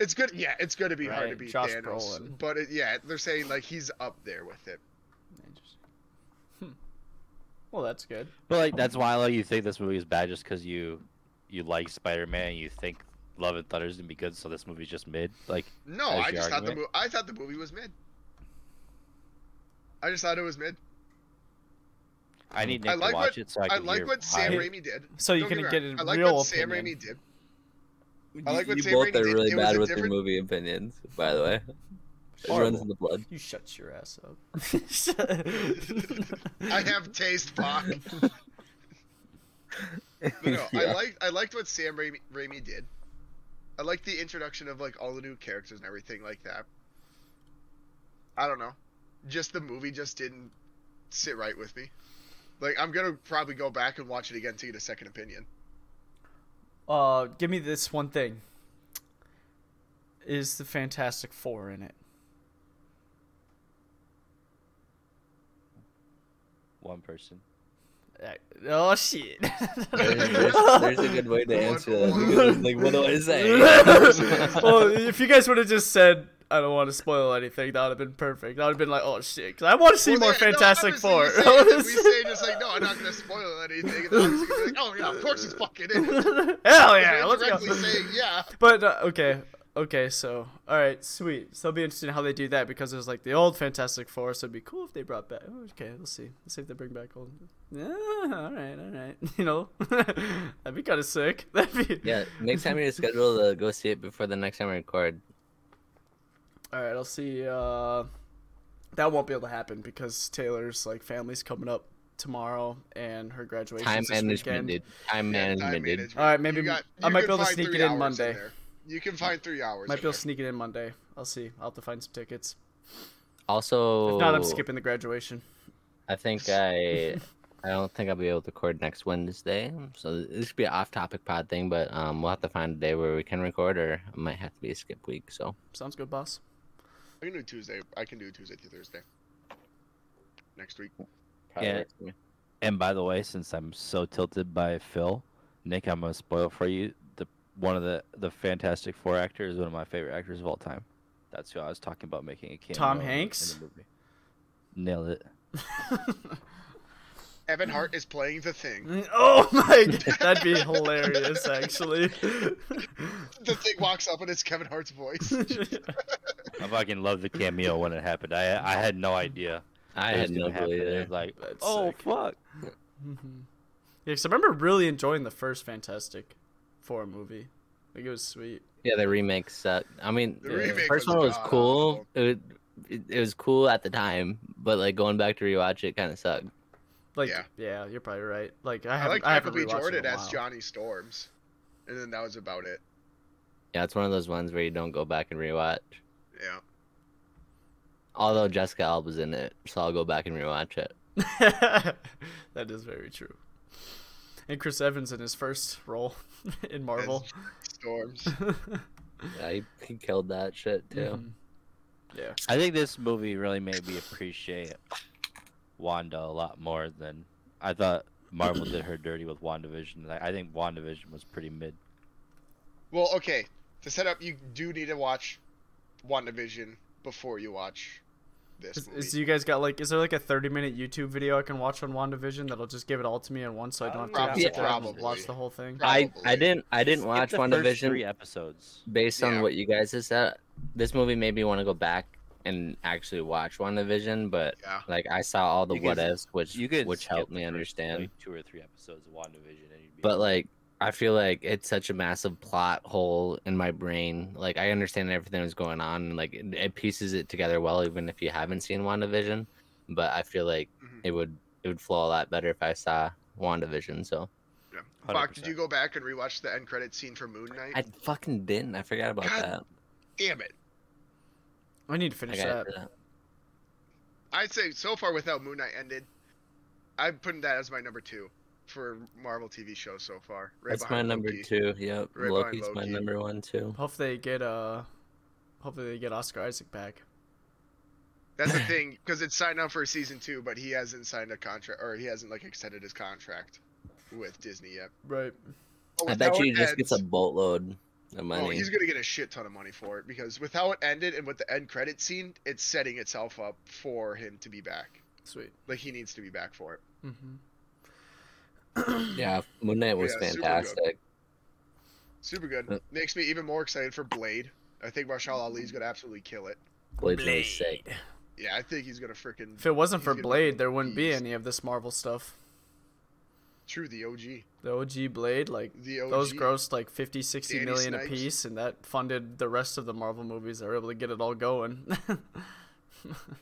Speaker 4: It's good, yeah. It's going to be hard to
Speaker 2: Right,
Speaker 4: beat
Speaker 2: Josh
Speaker 4: Thanos,
Speaker 2: Brolin.
Speaker 4: but it, yeah, they're saying like he's up there with it.
Speaker 2: Interesting. Hmm. Well, that's good.
Speaker 5: But like that's why like you think this movie is bad just because you you like Spider Man, you think Love and Thunder is gonna be good, so this movie's just mid. Like
Speaker 4: No,
Speaker 5: That's
Speaker 4: I
Speaker 5: your
Speaker 4: just thought the
Speaker 5: argument?
Speaker 4: movie. I thought the movie was mid. I just thought it was mid.
Speaker 5: I need
Speaker 4: I
Speaker 5: Nick
Speaker 4: like
Speaker 5: to watch
Speaker 4: what-
Speaker 5: it so I
Speaker 4: I
Speaker 5: can
Speaker 4: like
Speaker 5: hear
Speaker 4: what Sam
Speaker 5: why-
Speaker 4: Raimi did.
Speaker 2: So you
Speaker 4: Don't me
Speaker 2: can
Speaker 4: wrong.
Speaker 2: get a
Speaker 4: I like
Speaker 2: real
Speaker 4: what Sam
Speaker 2: opinion.
Speaker 4: Raimi did. I like what
Speaker 3: you
Speaker 4: Sam
Speaker 3: both
Speaker 4: Raimi
Speaker 3: are
Speaker 4: did.
Speaker 3: really
Speaker 4: It was
Speaker 3: bad
Speaker 4: a
Speaker 3: with
Speaker 4: different-
Speaker 3: your movie opinions, by the way. It runs in the blood.
Speaker 2: You shut your ass up.
Speaker 4: I have taste, fuck. But no, I
Speaker 3: Yeah.
Speaker 4: liked I liked what Sam Raimi, Raimi did. I liked the introduction of like all the new characters and everything like that. I don't know, just the movie just didn't sit right with me. Like I'm gonna probably go back and watch it again to get a second opinion.
Speaker 2: Uh, give me this one thing. Is the Fantastic Four in it?
Speaker 5: one person.
Speaker 2: Uh, Oh shit!
Speaker 3: There's, there's- there's a good way to answer that. because it's Like, what do I say?
Speaker 2: well, if you guys would have just said, "I don't want to spoil anything," that would have been perfect. That would have been like, "Oh shit!" Because I want to see
Speaker 4: Well,
Speaker 2: more
Speaker 4: they- no,
Speaker 2: Fantastic
Speaker 4: obviously
Speaker 2: Four.
Speaker 4: We say, we say just like, no, I'm not gonna spoil anything. And they're obviously gonna be like, oh yeah, of course it's fucking in.
Speaker 2: Hell yeah!
Speaker 4: They're
Speaker 2: Let's go.
Speaker 4: directly saying yeah.
Speaker 2: But uh, okay, okay, so all right, sweet. So it'll be interesting how they do that because there's like the old Fantastic Four, so it'd be cool if they brought back. oh, Okay, let's see. Let's see if they bring back old. Yeah, all right, all right. You know, that'd be kind of sick. That'd be
Speaker 3: yeah, next time you're scheduled to go see it before the next time I record.
Speaker 2: All right, I'll see. Uh, that won't be able to happen because Taylor's like family's coming up tomorrow and her graduation.
Speaker 3: Time
Speaker 2: this weekend.
Speaker 3: management, dude. Time
Speaker 4: Yeah, time
Speaker 3: management, dude.
Speaker 4: management.
Speaker 2: All right, maybe
Speaker 4: You got-
Speaker 2: I
Speaker 4: you
Speaker 2: might
Speaker 4: can
Speaker 2: be able to
Speaker 4: find
Speaker 2: sneak
Speaker 4: three
Speaker 2: it in
Speaker 4: hours
Speaker 2: Monday.
Speaker 4: there. You can find three hours.
Speaker 2: Might be
Speaker 4: in
Speaker 2: able
Speaker 4: there.
Speaker 2: to sneak it in Monday. I'll see. I'll have to find some tickets.
Speaker 3: Also,
Speaker 2: If not, I'm skipping the graduation.
Speaker 3: I think I, I don't think I'll be able to record next Wednesday. So this could be an off-topic pod thing, but um, we'll have to find a day where we can record, or it might have to be a skip week. So
Speaker 2: Sounds good, boss.
Speaker 4: I can do Tuesday. I can do Tuesday through Thursday. Next week.
Speaker 3: probably
Speaker 5: Yeah.
Speaker 3: works for me.
Speaker 5: And by the way, since I'm so tilted by Phil, Nick, I'm gonna spoil for you. The one of the the Fantastic Four actor is one of my favorite actors of all time. That's who I was talking about making a cameo.
Speaker 2: Tom
Speaker 5: in the- in
Speaker 2: Hanks?
Speaker 5: the movie. Nailed it.
Speaker 4: Evan
Speaker 2: Mm.
Speaker 4: Hart is playing the thing.
Speaker 2: Oh my god, that'd be hilarious, actually.
Speaker 4: The thing walks up and it's Kevin Hart's voice.
Speaker 5: I fucking lloved the cameo when it happened. I I had no idea.
Speaker 3: I
Speaker 5: it was
Speaker 3: had no
Speaker 5: gonna happen.
Speaker 3: clue
Speaker 5: It
Speaker 3: either.
Speaker 5: was Like,
Speaker 2: That's
Speaker 5: oh
Speaker 2: sick.
Speaker 5: fuck.
Speaker 2: Yeah, 'cause I remember really enjoying the first Fantastic Four movie. I think it was sweet.
Speaker 3: Yeah, the remake sucked. I mean,
Speaker 4: The
Speaker 3: the
Speaker 4: remake
Speaker 3: first
Speaker 4: was
Speaker 3: one was
Speaker 4: god
Speaker 3: cool.
Speaker 4: awful.
Speaker 3: It, would- it it was cool at the time, but like going back to rewatch it kind of sucked.
Speaker 2: Like, yeah,
Speaker 4: Yeah.
Speaker 2: you're probably right. Like, I
Speaker 4: I
Speaker 2: haven't,
Speaker 4: like
Speaker 2: I
Speaker 4: Michael
Speaker 2: haven't
Speaker 4: B.
Speaker 2: rewatched
Speaker 4: Jordan
Speaker 2: it in a
Speaker 4: as
Speaker 2: while.
Speaker 4: Johnny Storms, and then that was about it.
Speaker 3: Yeah, it's one of those ones where you don't go back and rewatch.
Speaker 4: Yeah.
Speaker 3: Although Jessica Alba's in it, so I'll go back and rewatch it.
Speaker 2: that is very true. And Chris Evans in his first role in
Speaker 4: as
Speaker 2: Marvel.
Speaker 4: Johnny Storms.
Speaker 3: Yeah, he, he killed that shit too.
Speaker 5: Mm-hmm.
Speaker 2: Mhm. Yeah.
Speaker 5: I think this movie really made me appreciate Wanda a lot more than I thought. Marvel did her dirty with WandaVision. Like, I think WandaVision was pretty mid.
Speaker 4: Well, okay. To set up, you do need to watch WandaVision before you watch this
Speaker 2: Is,
Speaker 4: movie.
Speaker 2: is you guys got like? Is there like a thirty-minute YouTube video I can watch on Wandavision that'll just give it all to me in one, so I don't have to
Speaker 4: Probably.
Speaker 2: sit down and
Speaker 4: Probably.
Speaker 2: watch the whole thing?
Speaker 3: I, I
Speaker 4: Probably.
Speaker 3: didn't I didn't watch
Speaker 5: Skip the first Three
Speaker 3: WandaVision
Speaker 5: episodes.
Speaker 3: based on
Speaker 4: Yeah.
Speaker 3: what you guys have said. This movie made me want to go back and actually watch WandaVision, but
Speaker 4: Yeah.
Speaker 3: like I saw all the
Speaker 5: You
Speaker 3: what
Speaker 5: could-
Speaker 3: ifs, which
Speaker 5: You could
Speaker 3: which
Speaker 5: skip
Speaker 3: helped
Speaker 5: the
Speaker 3: me
Speaker 5: first,
Speaker 3: understand.
Speaker 5: like, two or three episodes of WandaVision, and you'd be
Speaker 3: but like I feel like it's such a massive plot hole in my brain. Like I understand everything that's going on, and like it, it pieces it together well, even if you haven't seen WandaVision. But I feel like
Speaker 5: Mm-hmm.
Speaker 4: Mhm.
Speaker 3: it would it would flow a lot better if I saw WandaVision, so
Speaker 4: Yeah. Bach, did you go back and rewatch the end credit scene for Moon Knight?
Speaker 3: I fucking didn't. I forgot about
Speaker 4: God
Speaker 3: that.
Speaker 4: Damn it!
Speaker 2: I need to
Speaker 3: I
Speaker 2: finish
Speaker 3: gotta
Speaker 2: that.
Speaker 3: do that.
Speaker 4: I'd say so far without Moon Knight ended, I'm putting that as my number two for Marvel TV shows so far. Right
Speaker 3: That's my
Speaker 4: behind
Speaker 3: number
Speaker 4: Loki.
Speaker 3: two. Yep,
Speaker 4: Right behind
Speaker 3: Loki's my
Speaker 4: Loki.
Speaker 3: number one too.
Speaker 2: Hope they get uh, hopefully they get Oscar Isaac back.
Speaker 4: That's the thing, because it's signed up for season two, but he hasn't signed a contract, or he hasn't like extended his contract with Disney yet.
Speaker 2: Right.
Speaker 4: But
Speaker 3: I
Speaker 4: with
Speaker 3: bet
Speaker 4: how
Speaker 3: you he
Speaker 4: it
Speaker 3: just gets a
Speaker 4: ends-
Speaker 3: boatload of
Speaker 4: Oh,
Speaker 3: money.
Speaker 4: he's gonna get a shit ton of money for it because with how it ended and with the end credit scene, it's setting itself up for him to be back.
Speaker 2: Sweet.
Speaker 4: Like he needs to be back for it.
Speaker 2: hmm
Speaker 3: yeah, Moon Knight was
Speaker 4: Yeah, super good.
Speaker 3: fantastic.
Speaker 4: Super good.
Speaker 3: Uh.
Speaker 4: Makes me even more excited for Blade. I think Marshall Ali's gonna absolutely kill it.
Speaker 3: Blade's really sick.
Speaker 4: Yeah, I think he's gonna freaking
Speaker 2: If it wasn't
Speaker 4: He's
Speaker 2: for
Speaker 4: gonna
Speaker 2: Blade, there wouldn't be
Speaker 4: beast.
Speaker 2: any of this Marvel stuff.
Speaker 4: true the OG.
Speaker 2: The OG Blade, like
Speaker 4: The OG.
Speaker 2: those grossed like 50, 60
Speaker 4: Danny
Speaker 2: million
Speaker 4: Snipes.
Speaker 2: a piece, and that funded the rest of the Marvel movies. They were able to get it all going.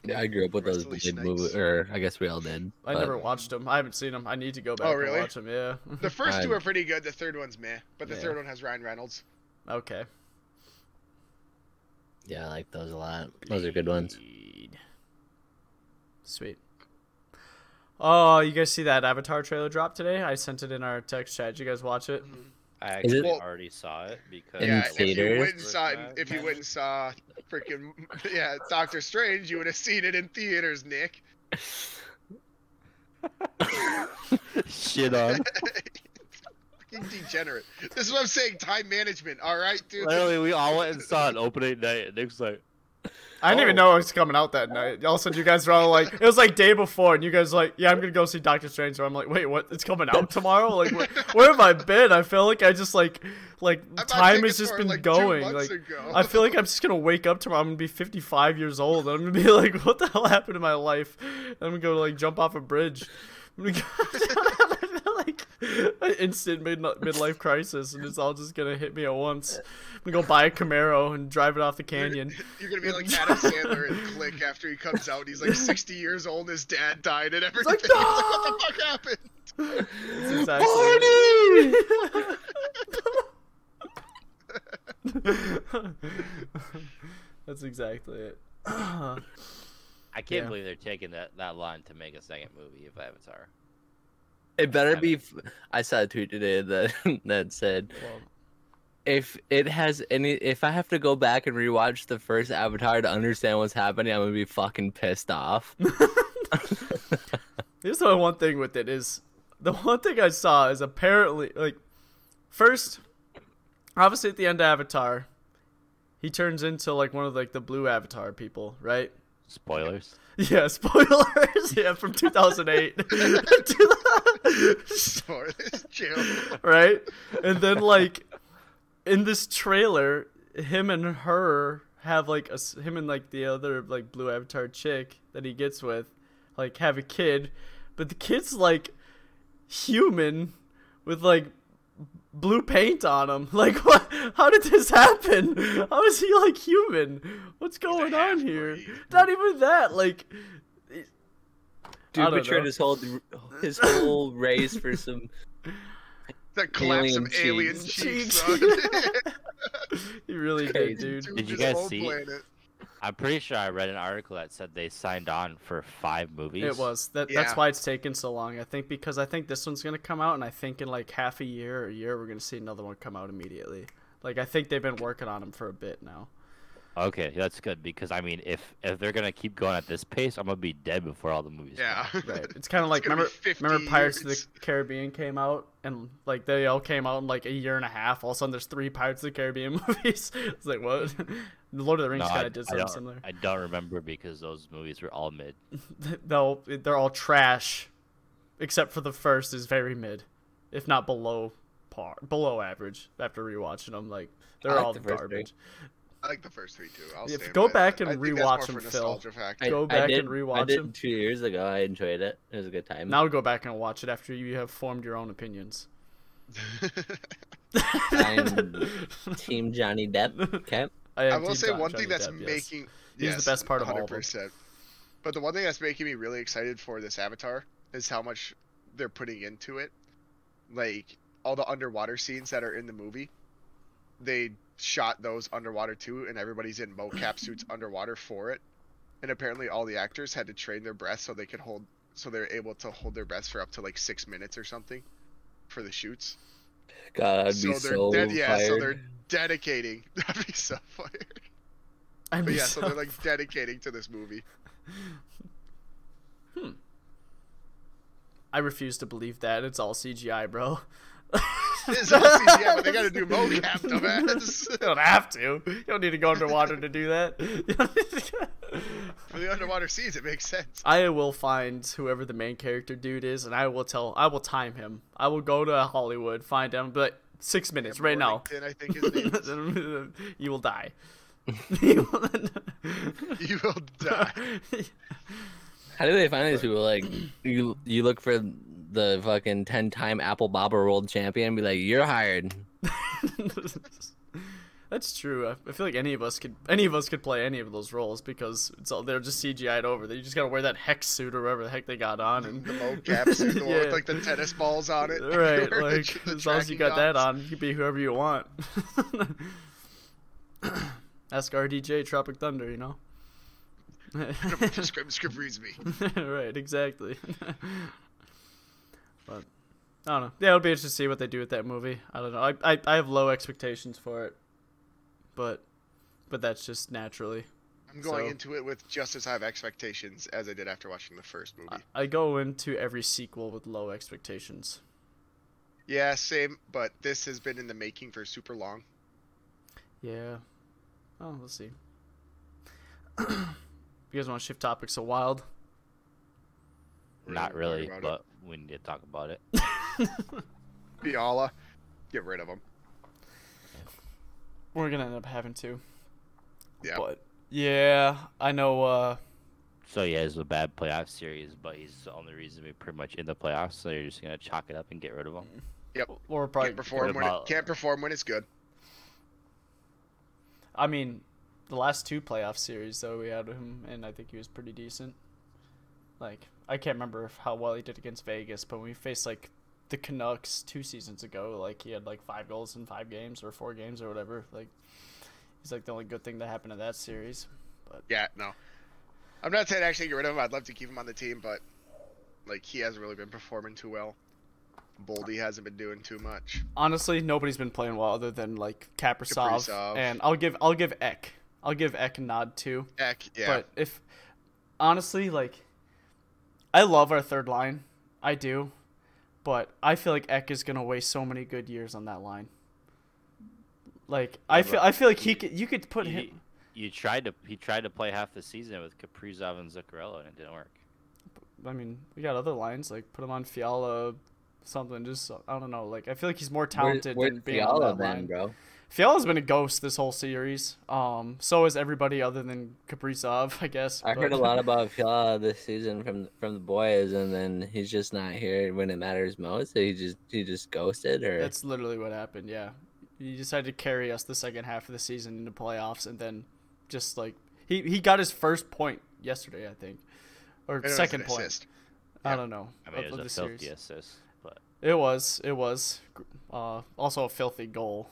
Speaker 3: Yeah, I grew up with those
Speaker 4: Wesley
Speaker 3: Blade
Speaker 4: Snipes.
Speaker 3: movies, or I guess we all did.
Speaker 2: I
Speaker 3: but-
Speaker 2: never watched them. I haven't seen them. I need to go back
Speaker 4: Oh, really?
Speaker 2: and watch them. Yeah.
Speaker 4: The first two
Speaker 3: I-
Speaker 4: are pretty good. The third one's meh, but the
Speaker 2: Yeah.
Speaker 4: third one has Ryan Reynolds.
Speaker 2: okay.
Speaker 3: Yeah, I like those a lot. Those are good ones.
Speaker 2: Indeed. Sweet. Oh, you guys see that Avatar trailer drop today? I sent it in our text chat. Did you guys watch it?
Speaker 5: I
Speaker 3: Is
Speaker 5: actually
Speaker 3: it-
Speaker 5: already saw it because
Speaker 3: In
Speaker 4: yeah,
Speaker 5: I
Speaker 4: and if you
Speaker 3: theaters?
Speaker 4: went and saw it, if you went and saw freaking yeah Doctor Strange, you would have seen it in theaters, Nick.
Speaker 5: shit on.
Speaker 4: Fucking degenerate. This is what I'm saying. Time management. All right, dude.
Speaker 5: Literally, we all went and saw it opening night, and Nick's like,
Speaker 2: I didn't even
Speaker 4: Oh.
Speaker 2: know it was coming out that night. All of a sudden, you guys were all like, it was like day before, and you guys were like, yeah, I'm gonna go see Doctor Strange. So I'm like, wait, what? It's coming out tomorrow? Like, wh- where have I been? I feel like I just like, like
Speaker 4: I bought
Speaker 2: time
Speaker 4: tickets
Speaker 2: has just
Speaker 4: for it,
Speaker 2: been
Speaker 4: like, two
Speaker 2: going. Like,
Speaker 4: months ago.
Speaker 2: I feel like I'm just gonna wake up tomorrow. I'm gonna be 55 years old, and I'm gonna be like, what the hell happened to my life? And I'm gonna go like jump off a bridge. I'm gonna go- like an instant mid midlife crisis, and it's all just gonna hit me at once. I'm gonna go buy a Camaro and drive it off the canyon.
Speaker 4: You're gonna be like Adam Sandler and Click after he comes out. and He's like 60 years old. and His dad died and everything. He's like, what the fuck happened?
Speaker 2: Exactly. That's exactly it.
Speaker 5: I can't
Speaker 2: Yeah.
Speaker 5: believe they're taking that, that line to make a second movie of Avatar.
Speaker 3: It better be. f- I saw a tweet today that that said,
Speaker 2: Well,
Speaker 3: if it has any, if I have to go back and rewatch the first Avatar to understand what's happening, I'm gonna be fucking pissed off.
Speaker 2: here's the one thing with it is the one thing I saw is apparently like first, obviously at the end of Avatar, he turns into like one of like the blue Avatar people, right?
Speaker 5: Spoilers.
Speaker 2: Yeah, spoilers. Yeah, from 2008.
Speaker 4: For this jail.
Speaker 2: right? And then like in this trailer, him and her have like a s him and like the other like blue avatar chick that he gets with, like have a kid, but the kid's like human with like blue paint on him. Like what? How did this happen? How is he like human? What's going on here? Not even that. Like
Speaker 3: Dude
Speaker 2: don't
Speaker 3: betrayed
Speaker 2: know.
Speaker 3: his whole his whole race for some.
Speaker 4: That collapsed some
Speaker 3: Alien
Speaker 4: alien
Speaker 2: cheeks.
Speaker 4: cheeks. on-
Speaker 2: he really
Speaker 3: Crazy,
Speaker 2: did, dude.
Speaker 4: to
Speaker 5: Did you
Speaker 4: this
Speaker 5: guys
Speaker 4: whole
Speaker 5: see-
Speaker 4: planet.
Speaker 5: I'm pretty sure I read an article that said they signed on for five movies.
Speaker 2: It was that.
Speaker 4: Yeah.
Speaker 2: That's why it's taken so long. I think because I think this one's gonna come out, and I think in like half a year or a year, we're gonna see another one come out immediately. Like I think they've been working on them for a bit now.
Speaker 5: Okay, that's good because I mean, if if they're gonna keep going at this pace, I'm gonna be dead before all the movies. come
Speaker 4: Yeah.
Speaker 5: out.
Speaker 2: Right. It's kind of like
Speaker 4: gonna be
Speaker 2: remember
Speaker 4: 50
Speaker 2: remember Pirates
Speaker 4: years.
Speaker 2: of the Caribbean came out, and like they all came out in like a year and a half. All of a sudden, there's three Pirates of the Caribbean movies. it's like what? The Lord of the Rings
Speaker 5: No,
Speaker 2: kind
Speaker 5: I-
Speaker 2: of did
Speaker 5: I
Speaker 2: something
Speaker 5: don't-
Speaker 2: similar.
Speaker 5: I don't remember because those movies were all mid.
Speaker 2: Though they're all trash, except for the first is very mid, if not below par, below average. After rewatching them, like they're
Speaker 3: I like
Speaker 2: all
Speaker 3: the first
Speaker 2: garbage.
Speaker 4: I like the first three too. I'll
Speaker 2: If-
Speaker 4: stand
Speaker 2: go
Speaker 4: by
Speaker 2: back
Speaker 4: that.
Speaker 2: and
Speaker 4: I think that's
Speaker 2: rewatch
Speaker 4: more
Speaker 2: them,
Speaker 4: for
Speaker 2: Phil.
Speaker 4: nostalgia Fact.
Speaker 3: I-
Speaker 2: Go
Speaker 3: I
Speaker 2: back and
Speaker 3: did- I
Speaker 2: rewatch
Speaker 3: did
Speaker 2: them.
Speaker 3: two years ago. I enjoyed it. It was a good time.
Speaker 2: Now go back and watch it after you have formed your own opinions.
Speaker 3: I'm Team Johnny Depp. Okay.
Speaker 2: I, am
Speaker 4: I will
Speaker 2: Team
Speaker 4: say
Speaker 2: John-
Speaker 4: one
Speaker 2: Johnny
Speaker 4: thing that's
Speaker 2: Depp, yes.
Speaker 4: making
Speaker 2: He's the
Speaker 4: yes,
Speaker 2: best part of all of them.
Speaker 4: 100%. But the one thing that's making me really excited for this Avatar is how much they're putting into it, like all the underwater scenes that are in the movie, they shot those underwater too, and everybody's in mocap suits underwater for it. And apparently, all the actors had to train their breath so they could hold, so they're able to hold their breaths for up to like six minutes or something for the shoots.
Speaker 3: God, I'd
Speaker 4: so
Speaker 3: be
Speaker 4: they're
Speaker 3: so
Speaker 4: ded- yeah, so
Speaker 3: fired.
Speaker 4: they're dedicating. That'd be so fired.
Speaker 2: I'd
Speaker 4: But
Speaker 2: be
Speaker 4: yeah, so
Speaker 2: so-
Speaker 4: they're like dedicating to this movie.
Speaker 2: I refuse to believe that. It's all CGI, bro.
Speaker 4: It's all CGI, but they gotta do mocap, dumbass.
Speaker 2: You don't have to. You don't need to go underwater to do that. You don't need to-
Speaker 4: For the underwater scenes, it makes sense.
Speaker 2: I will find whoever the main character dude is, and I will tell. I will time him. I will go to Hollywood, find him, but six minutes right now.
Speaker 4: Mornington, I think his name is.
Speaker 2: you will die. You will-
Speaker 4: you will die.
Speaker 3: How do they find these people? Like, you you look for the fucking ten time Apple Bobber World Champion, and be like, you're hired.
Speaker 2: That's true. I I feel like any of us could any of us could play any of those roles because it's all they're just CGI'd over. You just gotta wear that hex suit or whatever the heck they got on, and
Speaker 4: The mocap suit, the one
Speaker 2: Yeah.
Speaker 4: with like the tennis balls on it.
Speaker 2: right,
Speaker 4: Where the-
Speaker 2: like
Speaker 4: the
Speaker 2: as long as you got
Speaker 4: tracking
Speaker 2: that
Speaker 4: dots.
Speaker 2: on, you can be whoever you want. Ask RDJ Tropic Thunder, you know.
Speaker 4: Script, script reads me.
Speaker 2: right, exactly. but I don't know. Yeah, it'll be interesting to see what they do with that movie. I don't know. I, I, I have low expectations for it, but but that's just naturally.
Speaker 4: I'm going
Speaker 2: So-
Speaker 4: into it with just as high of expectations as I did after watching the first movie.
Speaker 2: I go into every sequel with low expectations.
Speaker 4: yeah, same, but this has been in the making for super long.
Speaker 2: Yeah. Oh, let's see. you guys want to shift topics a wild?
Speaker 4: We're gonna
Speaker 5: Not
Speaker 4: talk
Speaker 5: really,
Speaker 4: about it.
Speaker 5: but we need to talk about it.
Speaker 4: Fiala, get rid of him.
Speaker 2: We're gonna end up having to.
Speaker 4: Yeah.
Speaker 2: But yeah, I know. uh
Speaker 5: So yeah, it's a bad playoff series, but he's the only reason we pretty much in the playoffs. So you're just gonna chalk it up and get rid of him.
Speaker 2: Mm. We're probably.
Speaker 4: Can't perform when it,
Speaker 5: about-
Speaker 4: can't perform when it's good.
Speaker 2: I mean, the last two playoff series though we had him, and I think he was pretty decent. Like I can't remember if- how well he did against Vegas, but when we faced like the Canucks two seasons ago, like he had like five goals in five games or four games or whatever. Like he's like the only good thing that happened in that series.
Speaker 4: Yeah, no. I'm not saying actually get rid of him. I'd love to keep him on the team, but like he hasn't really been performing too well. Boldy hasn't been doing too much.
Speaker 2: Honestly, nobody's been playing well other than like Kaprasov,
Speaker 4: Kaprizov.
Speaker 2: and I'll give I'll give Ek I'll give Ek a nod too.
Speaker 4: Heck, yeah.
Speaker 2: But if honestly, like, I love our third line, I do, but I feel like Eck is gonna waste so many good years on that line. Like I feel, I feel like he could, you could put
Speaker 5: He,
Speaker 2: him.
Speaker 5: you tried to he tried to play half the season with Kaprizov and Zuccarello, and it didn't work.
Speaker 2: I mean, we got other lines like put him on Fiala, something. Just I don't know. Like I feel like he's more talented than being on that line.
Speaker 3: bro?
Speaker 2: Fiala's been a ghost this whole series. Um, so is everybody other than Kaprizov, I guess.
Speaker 3: I heard a
Speaker 2: but-
Speaker 3: lot about Fiala this season from from the boys, and then he's just not here when it matters most. So he just he just ghosted, or
Speaker 2: That's literally what happened. Yeah, he decided to carry us the second half of the season into playoffs, and then just like he he got his first point yesterday, I think, or
Speaker 4: And it was
Speaker 2: second
Speaker 4: an
Speaker 2: point.
Speaker 4: assist.
Speaker 2: I don't know.
Speaker 5: I mean,
Speaker 2: of-
Speaker 5: it
Speaker 2: of
Speaker 5: was a
Speaker 2: the
Speaker 5: filthy
Speaker 2: series.
Speaker 5: assist, but
Speaker 2: It was. It was. Uh, also a filthy goal.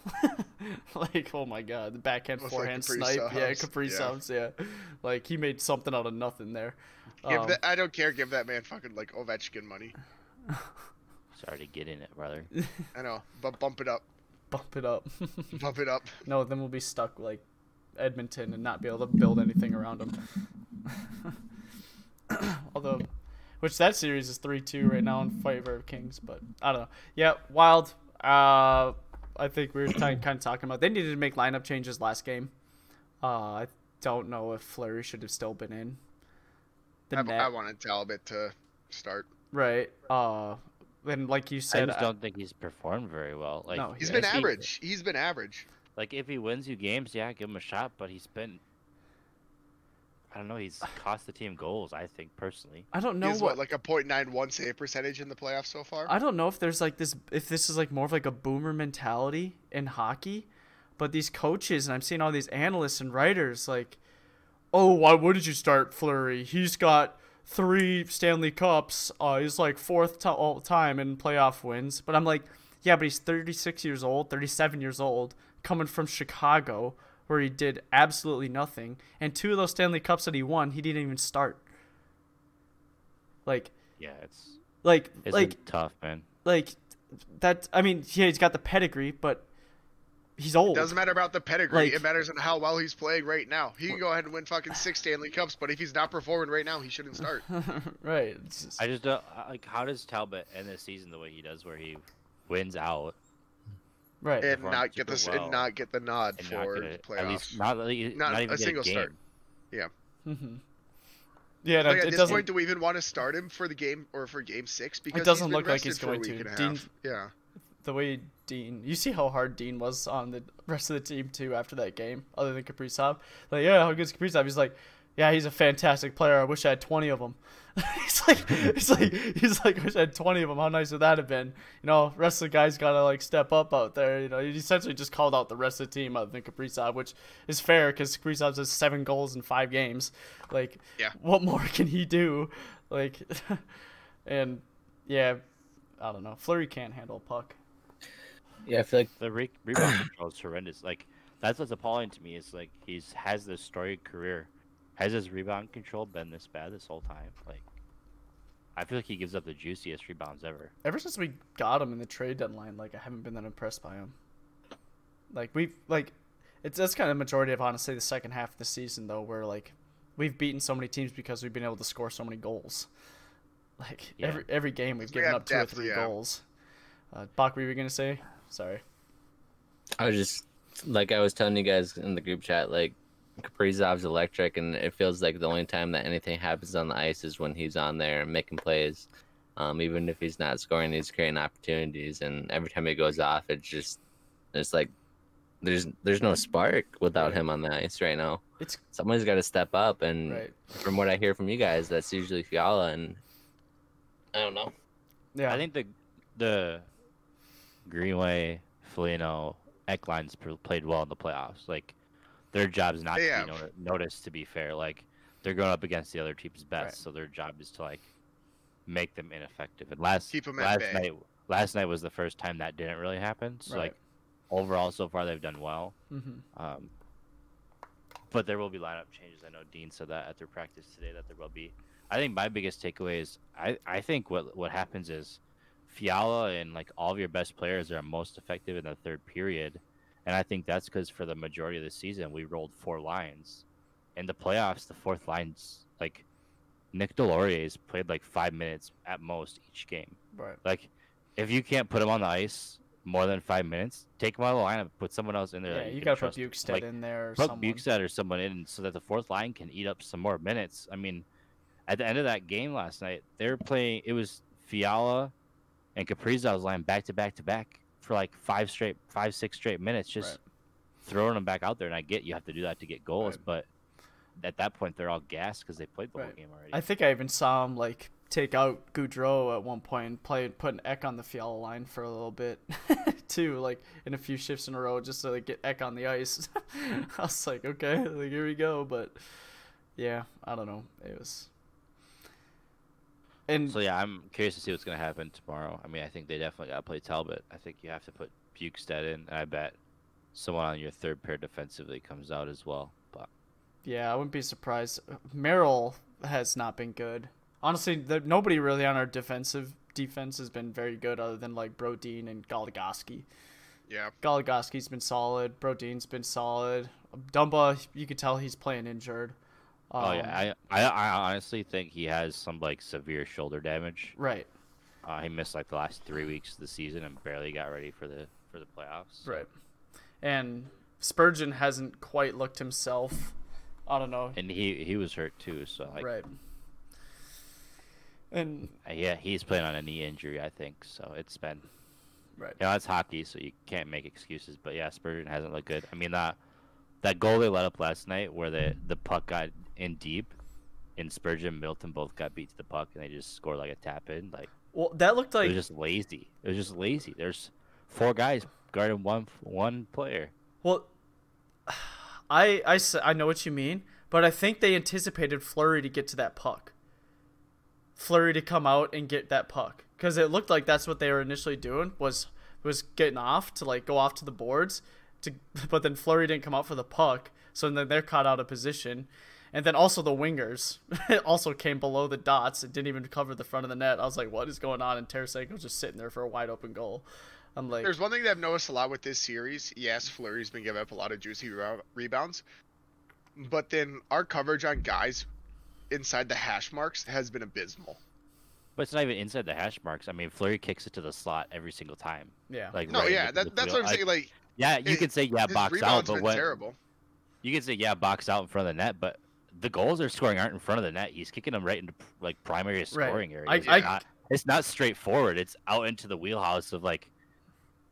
Speaker 2: like, oh my god, the backhand,
Speaker 4: With, like,
Speaker 2: forehand snipe. Yeah,
Speaker 4: Kaprizovs, yeah.
Speaker 2: Kaprizovs. Yeah. like he made something out of nothing there.
Speaker 4: Give
Speaker 2: Um,
Speaker 4: that, I don't care. Give that man fucking like Ovechkin money.
Speaker 5: sorry to get in it, brother.
Speaker 4: I know, but bump it up,
Speaker 2: Bump it up.
Speaker 4: bump it up.
Speaker 2: no, then we'll be stuck like Edmonton and not be able to build anything around them. Although, which that series is three two right now in favor of Kings, but I don't know. Yeah, Wild. Uh, I think we were kind of talking about they needed to make lineup changes last game. Uh, I don't know if Flurry should have still been in. The
Speaker 4: I,
Speaker 2: net,
Speaker 4: I wanted Talbot to start.
Speaker 2: right? Uh, then like you
Speaker 5: I
Speaker 2: said,
Speaker 5: just
Speaker 2: I-
Speaker 5: don't think he's performed very well. Like
Speaker 2: No,
Speaker 4: He's
Speaker 2: Yeah,
Speaker 4: been
Speaker 5: if he-
Speaker 4: average. He's been average.
Speaker 5: Like if he wins you games, yeah, give him a shot. But he's been, I don't know, he's cost the team goals. I think personally,
Speaker 2: I don't know
Speaker 4: He's what, like a .91 save percentage in the playoffs so far.
Speaker 2: I don't know if there's like this if this is like more of like a boomer mentality in hockey, but these coaches and I'm seeing all these analysts and writers like, oh, why wouldn't you start Flurry? He's got three Stanley Cups. Uh, he's like fourth to all time in playoff wins. But I'm like, yeah, but he's 36 years old, 37 years old, coming from Chicago where he did absolutely nothing, and two of those Stanley Cups that he won, he didn't even start. Like,
Speaker 5: Yeah, it's
Speaker 2: like,
Speaker 5: it's
Speaker 2: like,
Speaker 5: been tough, man.
Speaker 2: like that. I mean, yeah, he's got the pedigree, but he's old.
Speaker 4: Doesn't matter about the pedigree.
Speaker 2: Like-
Speaker 4: it matters on how well he's playing right now. He can go ahead and win fucking six Stanley Cups, but if he's not performing right now, he shouldn't start.
Speaker 2: right? It's just-
Speaker 5: I just don't I- like how does Talbot end this season the way he does, where he wins out
Speaker 2: right.
Speaker 4: and
Speaker 5: Perform
Speaker 4: not get
Speaker 5: super
Speaker 4: this
Speaker 5: well
Speaker 4: and not get the nod
Speaker 5: and
Speaker 4: for
Speaker 5: not get a,
Speaker 4: playoffs.
Speaker 5: at least not, not even
Speaker 4: Not
Speaker 5: get
Speaker 4: a single
Speaker 5: game.
Speaker 4: start. Yeah.
Speaker 2: yeah, no,
Speaker 4: Like, at
Speaker 2: it
Speaker 4: this
Speaker 2: doesn't.
Speaker 4: point, do we even want to start him for the game or for game six? Because he's
Speaker 2: doesn't
Speaker 4: been
Speaker 2: look like he's
Speaker 4: rested for
Speaker 2: going
Speaker 4: a week
Speaker 2: to.
Speaker 4: and a
Speaker 2: Dean-
Speaker 4: half. Yeah.
Speaker 2: the way Dean, you see how hard Dean was on the rest of the team too after that game, other than Kaprizov. Like, yeah, how good's Kaprizov? He's like, yeah, he's a fantastic player. I wish I had twenty of them. he's like, he's like, he's like, I wish I had twenty of them. How nice would that have been? You know, rest of the guys gotta like step up out there. You know, he essentially just called out the rest of the team other than Kaprizov, which is fair because Kaprizov has seven goals in five games. Like,
Speaker 4: Yeah.
Speaker 2: what more can he do? Like, and yeah, I don't know. Flurry can't handle a puck.
Speaker 3: Yeah, I feel like
Speaker 5: The re- rebound control is horrendous. Like that's what's appalling to me is like he's has this storied career. Has his rebound control been this bad this whole time? Like I feel like he gives up the juiciest rebounds ever.
Speaker 2: ever since we got him in the trade deadline, like I haven't been that impressed by him. Like we've like, it's that's kind of majority of honestly the second half of the season though, where like we've beaten so many teams because we've been able to score so many goals. Like
Speaker 5: Yeah.
Speaker 2: every every game we've
Speaker 4: We
Speaker 2: given
Speaker 4: have
Speaker 2: up two
Speaker 4: depth,
Speaker 2: or three
Speaker 4: yeah.
Speaker 2: goals. Uh, Bach, what were you gonna say? Sorry.
Speaker 3: I was just like I was telling you guys in the group chat, like Kaprizov's electric, and it feels like the only time that anything happens on the ice is when he's on there and making plays. Um, even if he's not scoring, he's creating opportunities, and every time he goes off, it's just it's like there's there's no spark without him on the ice right now.
Speaker 2: It's
Speaker 3: Somebody's got to step up,
Speaker 5: Mm.
Speaker 3: and
Speaker 2: right.
Speaker 3: from what I hear from you guys, that's usually Fiala, and I don't know.
Speaker 2: Yeah.
Speaker 5: I think the the Greenway, Felino, Eckline's played well in the playoffs. Like their job is not
Speaker 4: Yeah.
Speaker 5: to be noti- noticed. To be fair, like they're going up against the other team's best,
Speaker 2: Right.
Speaker 5: so their job is to like make them ineffective. And last
Speaker 4: Keep 'em at
Speaker 5: last
Speaker 4: bay.
Speaker 5: night last night was the first time that didn't really happen. So
Speaker 2: Right.
Speaker 5: like overall, so far they've done well.
Speaker 2: Mhm.
Speaker 5: Um, but there will be lineup changes. I know Dean said that at their practice today that there will be. I think my biggest takeaway is I, I think what what happens is Fiala and like all of your best players are most effective in the third period, and I think that's because for the majority of the season we rolled four lines. In the playoffs, the fourth line's like Nick Delorier's played like five minutes at most each game.
Speaker 2: Right.
Speaker 5: Like, if you can't put him on the ice more than five minutes, take him out of the lineup, put someone else in there.
Speaker 2: Yeah,
Speaker 5: that
Speaker 2: you,
Speaker 5: can
Speaker 2: gotta put
Speaker 5: trust.
Speaker 2: Bukestead
Speaker 5: Like,
Speaker 2: in there. Or
Speaker 5: put
Speaker 2: someone.
Speaker 5: Bukestad or someone in so that the fourth line can eat up some more minutes. I mean, at the end of that game last night, they were playing. It was Fiala and Kaprizov's line back to back to back for like five straight, five six straight minutes, just
Speaker 2: Right.
Speaker 5: throwing them back out there. And I get you have to do that to get goals,
Speaker 2: Right.
Speaker 5: but at that point they're all gassed because they played the whole
Speaker 2: Right.
Speaker 5: game already.
Speaker 2: I think I even saw him like take out Goudreau at one point and play put an Eck on the Fiala line for a little bit too, like in a few shifts in a row just to like get Eck on the ice. I was like, okay, like here we go, but yeah, I don't know. It was and
Speaker 5: So yeah, I'm curious to see what's gonna happen tomorrow. I mean, I think they definitely gotta play Talbot. I think you have to put Bukestad in, and I bet someone on your third pair defensively comes out as well. But
Speaker 2: yeah, I wouldn't be surprised. Merrill has not been good. Honestly, the, nobody really on our defensive defense has been very good other than like Brodeen and Goligoski.
Speaker 4: Yeah.
Speaker 2: Goligoski's been solid. Brodeen's been solid. Dumba, you could tell he's playing injured. Um,
Speaker 5: oh yeah, I, I I honestly think he has some like severe shoulder damage.
Speaker 2: right,
Speaker 5: Uh, he missed like the last three weeks of the season and barely got ready for the for the playoffs.
Speaker 2: right. And Spurgeon hasn't quite looked himself. I don't know.
Speaker 5: And he he was hurt too, so like uh,
Speaker 2: right. And
Speaker 5: yeah, he's playing on a knee injury, I think. So it's been
Speaker 2: right,
Speaker 5: Yeah, that's hockey, so you can't make excuses. But yeah, Spurgeon hasn't looked good. I mean that that goal they let up last night, where the the puck got in deep, and Spurgeon and Milton both got beat to the puck, and they just scored like a tap in. Like
Speaker 2: well, that looked
Speaker 5: it
Speaker 2: like
Speaker 5: was just lazy. It was just lazy. There's four guys guarding one one player.
Speaker 2: Well, I, I, s- I know what you mean, but I think they anticipated Flurry to get to that puck. Flurry to come out and get that puck because it looked like that's what they were initially doing was was getting off to like go off to the boards to but then Flurry didn't come out for the puck so then they're caught out of position and then also the wingers also came below the dots and didn't even cover the front of the net I was like what is going on and Tarasenko's just sitting there for a wide open goal I'm like
Speaker 4: There's one thing that I've noticed a lot with this series. Yes, Flurry's been giving up a lot of juicy rou- rebounds, but then our coverage on guys inside the hash marks has been abysmal.
Speaker 5: But it's not even inside the hash marks. I mean, Flurry kicks it to the slot every single time.
Speaker 2: yeah
Speaker 5: Like
Speaker 4: No,
Speaker 5: right
Speaker 4: yeah,
Speaker 5: with-
Speaker 4: that,
Speaker 5: with
Speaker 4: that's
Speaker 5: wheel.
Speaker 4: what I'm saying.
Speaker 5: Like,
Speaker 4: Like,
Speaker 5: yeah, you
Speaker 4: it-
Speaker 5: could say yeah,
Speaker 4: his
Speaker 5: box out,
Speaker 4: rebounds
Speaker 5: but
Speaker 4: been
Speaker 5: what?
Speaker 4: terrible.
Speaker 5: You could say yeah, box out in front of the net, but the goals they're scoring aren't in front of the net. He's kicking them right into like primary scoring
Speaker 2: I-
Speaker 5: areas.
Speaker 2: I-
Speaker 5: it's, not, it's not straightforward. It's out into the wheelhouse of like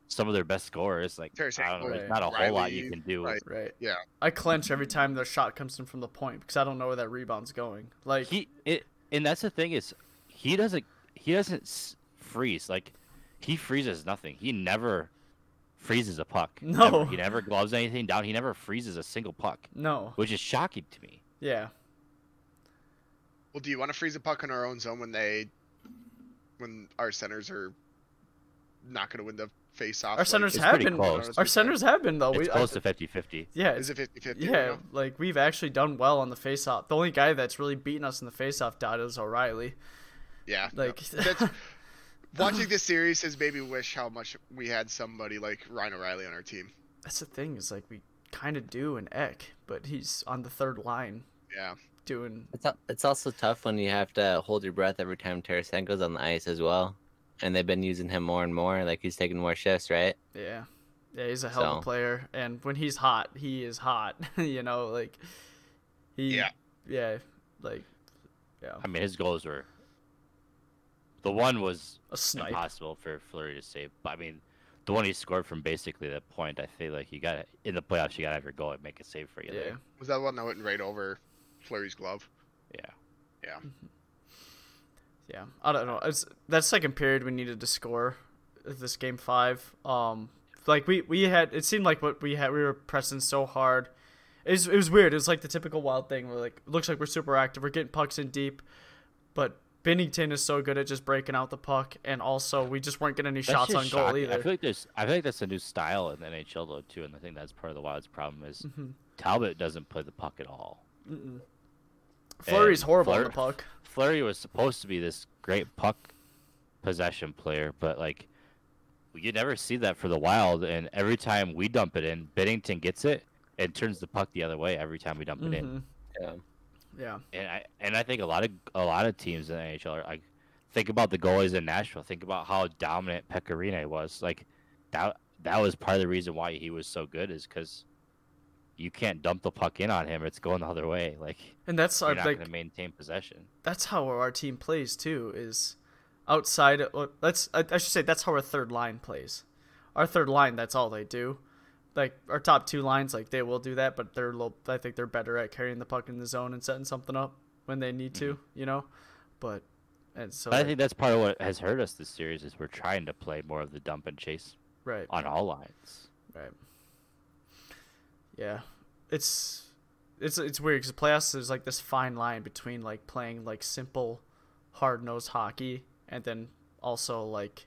Speaker 5: some of their best scorers. Like I don't know,
Speaker 4: Tarasenko,
Speaker 5: there's not a whole lot you
Speaker 4: Riley,
Speaker 5: can do.
Speaker 4: right.
Speaker 2: right
Speaker 4: Yeah.
Speaker 2: I clench every time the shot comes in from the point because I don't know where that rebound's going like
Speaker 5: he it and that's the thing is he doesn't he doesn't s- freeze like he freezes nothing he never freezes a puck
Speaker 2: No.
Speaker 5: Never. he never gloves anything down he never freezes a single puck
Speaker 2: no
Speaker 5: which is shocking to me
Speaker 2: yeah
Speaker 4: Well, do you want to freeze a puck in our own zone when they, when our centers are not going to win the face off?
Speaker 2: our centers
Speaker 5: it's
Speaker 2: have
Speaker 5: pretty
Speaker 2: been
Speaker 5: close.
Speaker 2: our centers have been though
Speaker 5: it's
Speaker 2: I-
Speaker 5: close to 50 50
Speaker 2: yeah
Speaker 4: is
Speaker 2: it's-
Speaker 4: it 50 50?
Speaker 2: yeah like we've actually done well on the face off the only guy that's really beaten us in the face off dot is O'Reilly
Speaker 4: Yeah. no.
Speaker 2: like
Speaker 4: That's- Watching this series has made me wish how much we had somebody like Ryan O'Reilly on our team.
Speaker 2: that's the thing is like we kind of do in Eck but he's on the third line
Speaker 4: Yeah.
Speaker 2: doing
Speaker 3: It's, al- it's also tough when you have to hold your breath every time Tarasenko's on the ice as well. And they've been using him more and more. Like he's taking more shifts, right?
Speaker 2: yeah yeah he's a hell of a
Speaker 3: So.
Speaker 2: player and when he's hot he is hot you know like he
Speaker 4: Yeah.
Speaker 2: yeah like yeah
Speaker 5: i mean his goals were the one was
Speaker 2: a snipe
Speaker 5: impossible for Flurry to save but i mean the one he scored from basically that point i feel like you got in the playoffs you gotta have your goal and make a save for you
Speaker 2: yeah
Speaker 5: there.
Speaker 4: Was that one that went right over Flurry's glove?
Speaker 5: yeah
Speaker 4: Yeah.
Speaker 2: Mm-hmm. Yeah, I don't know. It's that second period we needed to score this game five. Um, like we we had it seemed like what we had we were pressing so hard. It was, it was weird. It was like the typical wild thing. We're like looks like we're super active. We're getting pucks in deep, but Bennington is so good at just breaking out the puck, and also we just weren't getting any
Speaker 5: That's
Speaker 2: shots on
Speaker 5: just
Speaker 2: goal
Speaker 5: shocking.
Speaker 2: either.
Speaker 5: I feel like there's, I feel like that's a new style in the NHL though too, and I think that's part of the Wild's problem is
Speaker 2: Mm-hmm.
Speaker 5: Talbot doesn't play the puck at all.
Speaker 2: Flurry's
Speaker 5: and
Speaker 2: horrible on the
Speaker 5: Fleur-
Speaker 2: puck.
Speaker 5: Flurry was supposed to be this great puck possession player, but like you never see that for the Wild, and every time we dump it in, Bennington gets it and turns the puck the other way every time we dump it
Speaker 2: Mm-hmm.
Speaker 5: in.
Speaker 3: Yeah.
Speaker 2: Yeah,
Speaker 5: and I and I think a lot of a lot of teams in the NHL are like think about the goalies in Nashville. Think about how dominant Pecorine was. Like that that was part of the reason why he was so good is because you can't dump the puck in on him. It's going the other way. Like
Speaker 2: and that's
Speaker 5: you're
Speaker 2: our
Speaker 5: not
Speaker 2: like
Speaker 5: going to maintain possession.
Speaker 2: that's how our team plays too is outside or that's I, I should say that's how our third line plays our third line that's all they do like our top two lines like they will do that but they're a little, i think they're better at carrying the puck in the zone and setting something up when they need to you know but and so
Speaker 5: Mm-hmm. But I think that's part of what has hurt us this series is we're trying to play more of the dump and chase
Speaker 2: right
Speaker 5: on all lines.
Speaker 2: Right. Yeah, it's it's it's weird because playoffs there's like this fine line between like playing like simple, hard nosed hockey and then also like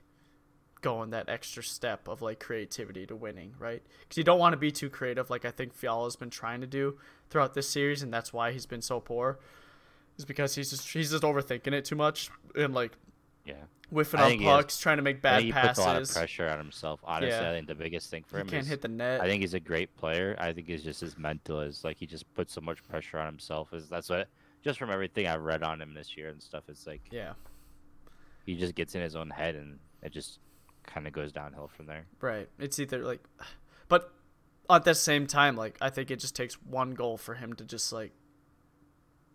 Speaker 2: going that extra step of like creativity to winning, right? Because you don't want to be too creative, like I think Fiala's been trying to do throughout this series, and that's why he's been so poor. Is because he's just he's just overthinking it too much and like
Speaker 5: Yeah,
Speaker 2: whiffing
Speaker 5: I
Speaker 2: on
Speaker 5: think he has-
Speaker 2: pucks, trying to make
Speaker 5: I
Speaker 2: bad
Speaker 5: think he
Speaker 2: passes.
Speaker 5: puts a lot of pressure on himself. Honestly,
Speaker 2: Yeah.
Speaker 5: I think the biggest thing for
Speaker 2: he
Speaker 5: him
Speaker 2: can't
Speaker 5: is
Speaker 2: hit the net.
Speaker 5: I think he's a great player. I think he's just as mental as like he just puts so much pressure on himself. Is that's what just from everything I've read on him this year and stuff. It's like
Speaker 2: yeah.
Speaker 5: he just gets in his own head and it just kind of goes downhill from there.
Speaker 2: Right. It's either like, but at the same time, like I think it just takes one goal for him to just like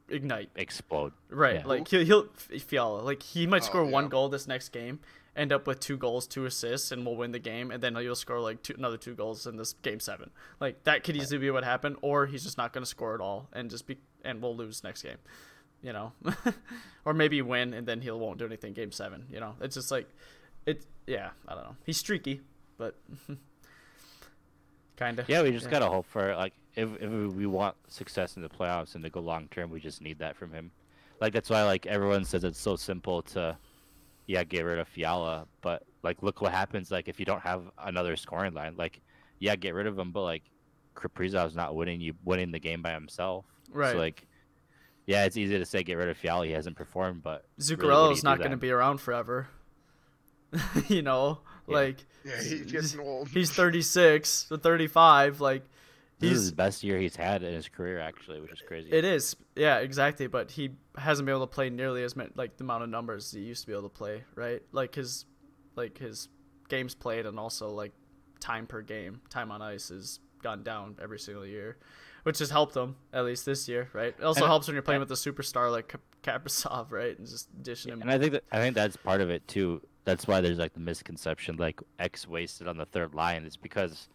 Speaker 2: ignite.
Speaker 5: Explode.
Speaker 2: Right.
Speaker 5: Yeah.
Speaker 2: Like he'll, he'll Fiala. Like he might
Speaker 4: Oh,
Speaker 2: score one
Speaker 4: yeah.
Speaker 2: goal this next game, end up with two goals, two assists, and we'll win the game. And then he'll score like two, another two goals in this game seven. Like that could easily be what happened, or he's just not going to score at all and just be and we'll lose next game. You know, or maybe win and then he'll won't do anything game seven. You know, it's just like it. Yeah, I don't know. He's streaky, but kind of.
Speaker 5: Yeah, we just gotta hope for like if if we want success in the playoffs and to go long term, we just need that from him. Like that's why like everyone says it's so simple to, yeah, get rid of Fiala. But like, look what happens. Like if you don't have another scoring line, like yeah, get rid of him. But like, Kaprizov's not winning you winning the game by himself.
Speaker 2: Right.
Speaker 5: So like, yeah, it's easy to say get rid of Fiala. He hasn't performed, but really, what do you
Speaker 2: Zuccarello's
Speaker 5: do
Speaker 2: not going to
Speaker 5: then?
Speaker 2: be around forever. you know,
Speaker 5: Yeah.
Speaker 2: like
Speaker 4: Yeah, he's getting old.
Speaker 2: he's 36 to 35. Like
Speaker 5: This is
Speaker 2: he's
Speaker 5: the best year he's had in his career, actually, which is crazy.
Speaker 2: it is yeah exactly. But he hasn't been able to play nearly as many like the amount of numbers he used to be able to play. Right, like his like his games played and also like time per game, time on ice has gone down every single year, which has helped him at least this year. Right, it also
Speaker 5: And I-
Speaker 2: helps when you're playing with a superstar like Kap- Kaprizov, right, and just dishing him.
Speaker 5: And I think that I think that's part of it too. That's why there's like the misconception like X wasted on the third line. It's because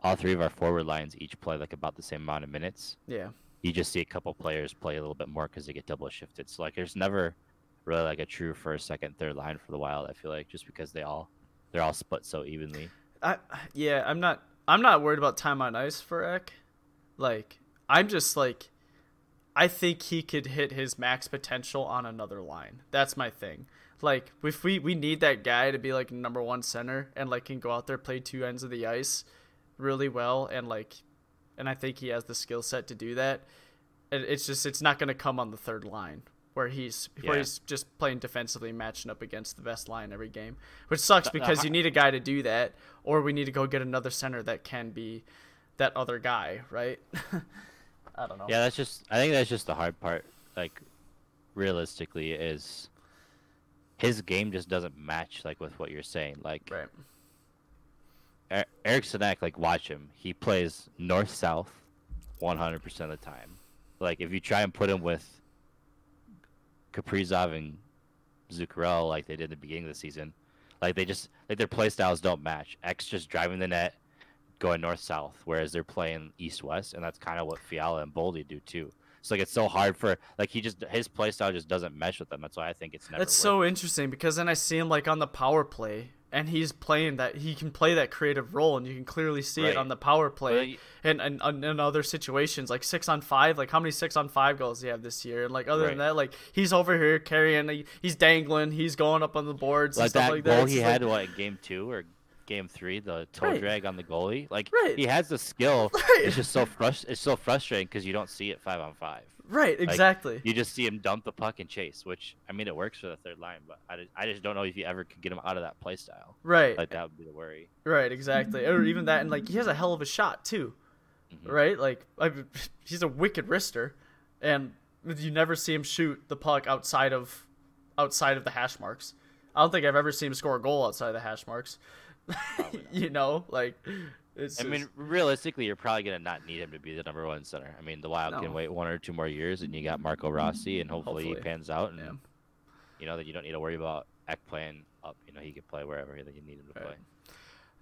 Speaker 5: all three of our forward lines each play like about the same amount of minutes.
Speaker 2: yeah.
Speaker 5: You just see a couple players play a little bit more because they get double shifted. So like there's never really like a true first, second, third line for the Wild. I feel like just because they all they're all split so evenly.
Speaker 2: I yeah, I'm not I'm not worried about time on ice for Eck. Like I'm just like I think he could hit his max potential on another line. That's my thing. Like if we we need that guy to be like number 1 center and like can go out there play two ends of the ice really well and like and I think he has the skill set to do that. It- It's just it's not going to come on the third line where he's where
Speaker 5: Yeah.
Speaker 2: he's just playing defensively matching up against the best line every game, which sucks
Speaker 5: the
Speaker 2: because
Speaker 5: har-
Speaker 2: you need a guy to do that, or we need to go get another center that can be that other guy, right? I don't know.
Speaker 5: Yeah, that's just. I think that's just the hard part. Like, realistically, is his game just doesn't match like with what you're saying. Like
Speaker 2: Right.
Speaker 5: er- Eric Sinek, like watch him. He plays north south, 100 percent of the time. Like if you try and put him with Kaprizov and Zuccarello, like they did at the beginning of the season, like they just like their play styles don't match. X just driving the net, going north south, whereas they're playing east west, and that's kind of what Fiala and Boldy do too. So like it's so hard for like he just his play style just doesn't mesh with them. That's why I think it's never.
Speaker 2: That's
Speaker 5: worked.
Speaker 2: so interesting because then I see him like on the power play and he's playing that he can play that creative role and you can clearly see it
Speaker 5: Right.
Speaker 2: on the power
Speaker 5: then
Speaker 2: play
Speaker 5: you-
Speaker 2: and, and, and in other situations like six on five like how many six on five goals do you have this year and like other than
Speaker 5: Right.
Speaker 2: that like he's over here carrying like, he's dangling he's going up on the boards and
Speaker 5: like
Speaker 2: stuff
Speaker 5: that
Speaker 2: like that
Speaker 5: goal
Speaker 2: It's
Speaker 5: he
Speaker 2: like-
Speaker 5: had what game two or game three the toe
Speaker 2: Right.
Speaker 5: drag on the goalie like
Speaker 2: Right.
Speaker 5: he has the skill
Speaker 2: Right.
Speaker 5: it's just so frust- it's so frustrating because you don't see it five on five
Speaker 2: right
Speaker 5: Like,
Speaker 2: exactly
Speaker 5: you just see him dump the puck and chase which i mean it works for the third line but i, ju- I just don't know if you ever could get him out of that play style
Speaker 2: right
Speaker 5: like that would be the worry
Speaker 2: Right, exactly. Or even that, and like he has a hell of a shot too,
Speaker 5: Mm-hmm.
Speaker 2: right? Like I, he's a wicked wrister, and you never see him shoot the puck outside of, outside of the hash marks. I don't think I've ever seen him score a goal outside of the hash marks. you know, like it's.
Speaker 5: i mean
Speaker 2: just-
Speaker 5: realistically you're probably going to not need him to be the number one center i mean the wild
Speaker 2: No.
Speaker 5: can wait one or two more years and you got marco rossi and hopefully, he
Speaker 2: Hopefully.
Speaker 5: pans out and
Speaker 2: Yeah.
Speaker 5: you know that you don't need to worry about Eck playing up you know he can play wherever that you need him to
Speaker 2: Right.
Speaker 5: play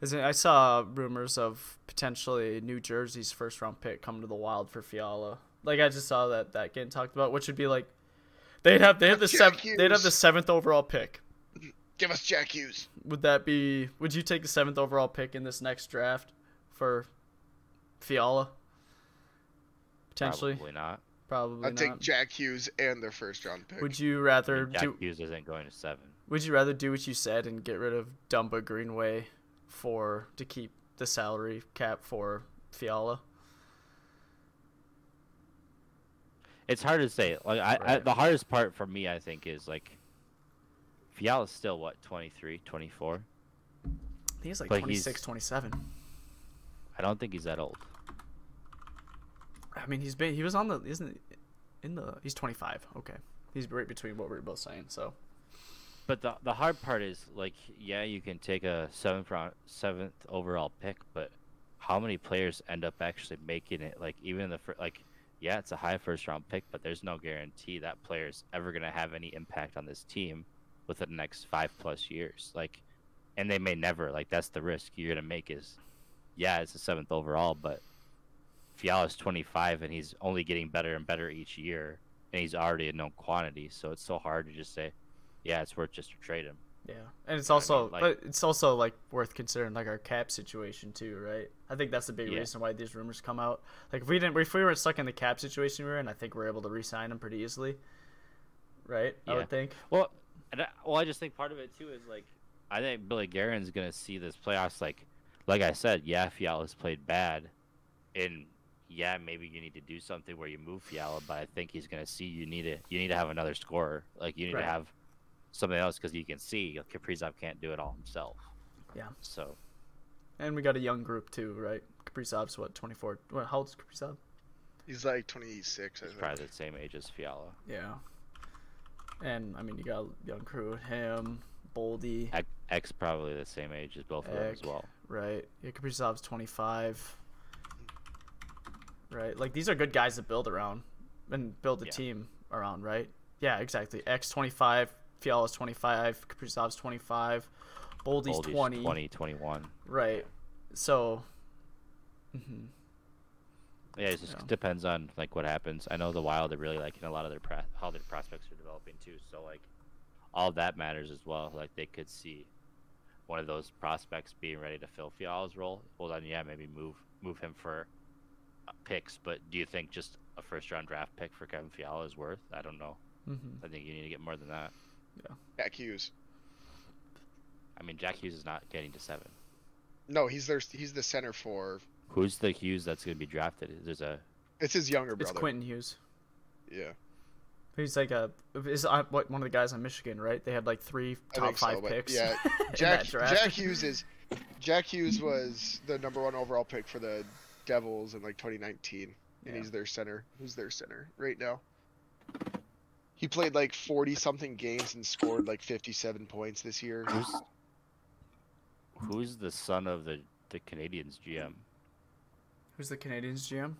Speaker 2: Isn't- I saw rumors of potentially New Jersey's first round pick come to the Wild for Fiala. Like I just saw that that getting talked about, which would be like, they'd have they have the
Speaker 4: Jack
Speaker 2: seventh they'd have the
Speaker 4: Hughes.
Speaker 2: seventh overall pick.
Speaker 4: Give us Jack Hughes.
Speaker 2: would that be would you take the seventh overall pick in this next draft for Fiala? Potentially?
Speaker 5: Probably not.
Speaker 2: Probably,
Speaker 4: I'd take
Speaker 2: not.
Speaker 4: Jack Hughes and their first round pick.
Speaker 2: would you rather
Speaker 5: Jack
Speaker 2: do
Speaker 5: Hughes isn't going to seven.
Speaker 2: would you rather do what you said and get rid of Dumba Greenway for to keep the salary cap for Fiala?
Speaker 5: It's hard to say. Like I, I,
Speaker 2: Right.
Speaker 5: the hardest part for me, I think, is like Fiala's still what 23, 24?
Speaker 2: I think it's like
Speaker 5: But he's-
Speaker 2: 26, 27.
Speaker 5: I don't think he's that old.
Speaker 2: I mean, he's been he was on the isn't he in the he's 25. Okay. He's right between what we were both saying. So,
Speaker 5: But the the hard part is like, yeah, you can take a seventh round, seventh overall pick, but how many players end up actually making it? Like even the fir- like, yeah, it's a high first round pick, but there's no guarantee that player's ever gonna have any impact on this team within the next five plus years. Like, and they may never. Like that's the risk you're gonna make is, yeah, it's a seventh overall, but Fiala's 25 and he's only getting better and better each year, and he's already a known quantity, so it's so hard to just say yeah, it's worth just to trade him.
Speaker 2: Yeah, and it's
Speaker 5: I mean,
Speaker 2: also
Speaker 5: like-
Speaker 2: but it's also like worth considering like our cap situation too, right? I think that's the big
Speaker 5: Yeah.
Speaker 2: reason why these rumors come out. Like if we didn't, if we weren't stuck in the cap situation we were in, I think we're able to re-sign him pretty easily. right? I
Speaker 5: Yeah.
Speaker 2: would think.
Speaker 5: Well, and I, well, I just think part of it too is like I think Billy Garen's gonna see this playoffs like, like I said, yeah, Fiala's played bad, and yeah, maybe you need to do something where you move Fiala, but I think he's gonna see you need to you need to have another scorer, like you need
Speaker 2: Right.
Speaker 5: to have something else because you can see Kaprizov can't do it all himself.
Speaker 2: Yeah.
Speaker 5: So
Speaker 2: And we got a young group too, right? Kaprizov's what, 24? What, how old's Kaprizov?
Speaker 4: He's like 26. I
Speaker 5: he's
Speaker 4: think.
Speaker 5: probably the same age as Fiala.
Speaker 2: Yeah. And I mean, you got a young crew, him, Boldy,
Speaker 5: X, X probably the same age as both of them as
Speaker 2: Ek,
Speaker 5: well.
Speaker 2: right? Yeah, Kaprizov's 25. Right? Like these are good guys to build around and build a
Speaker 5: Yeah.
Speaker 2: team around, right? Yeah, exactly. X 25, Fiala's 25, Kaprizov's 25, Boldy's
Speaker 5: Boldy's
Speaker 2: 20.
Speaker 5: 20, 21.
Speaker 2: Right. So,
Speaker 5: Yeah, it just
Speaker 2: Yeah.
Speaker 5: depends on like what happens. I know the Wild are really liking a lot of their pro- how their prospects are developing too. So like, all that matters as well. Like they could see one of those prospects being ready to fill Fiala's role. Well then, yeah, maybe move move him for uh, picks. But do you think just a first round draft pick for Kevin Fiala is worth? I don't know.
Speaker 2: mhm.
Speaker 5: I think you need to get more than that.
Speaker 4: Jack Hughes.
Speaker 5: I mean, Jack Hughes is not getting to seven.
Speaker 4: No, he's their he's the center for.
Speaker 5: Who's the Hughes that's going to be drafted? There's a
Speaker 4: It's his younger brother.
Speaker 2: it's Quentin Hughes.
Speaker 4: Yeah.
Speaker 2: He's like a is uh, what one of the guys on Michigan, right? They had like three top five
Speaker 4: but
Speaker 2: picks.
Speaker 4: Yeah,
Speaker 2: in
Speaker 4: Jack
Speaker 2: that draft.
Speaker 4: Jack Hughes is Jack Hughes was the number one overall pick for the Devils in like 2019, and
Speaker 2: Yeah.
Speaker 4: he's their center. Who's their center right now? He played like 40 something games and scored like 57 points this year.
Speaker 5: who's who's the son of the the Canadians GM.
Speaker 2: Who's the Canadians GM?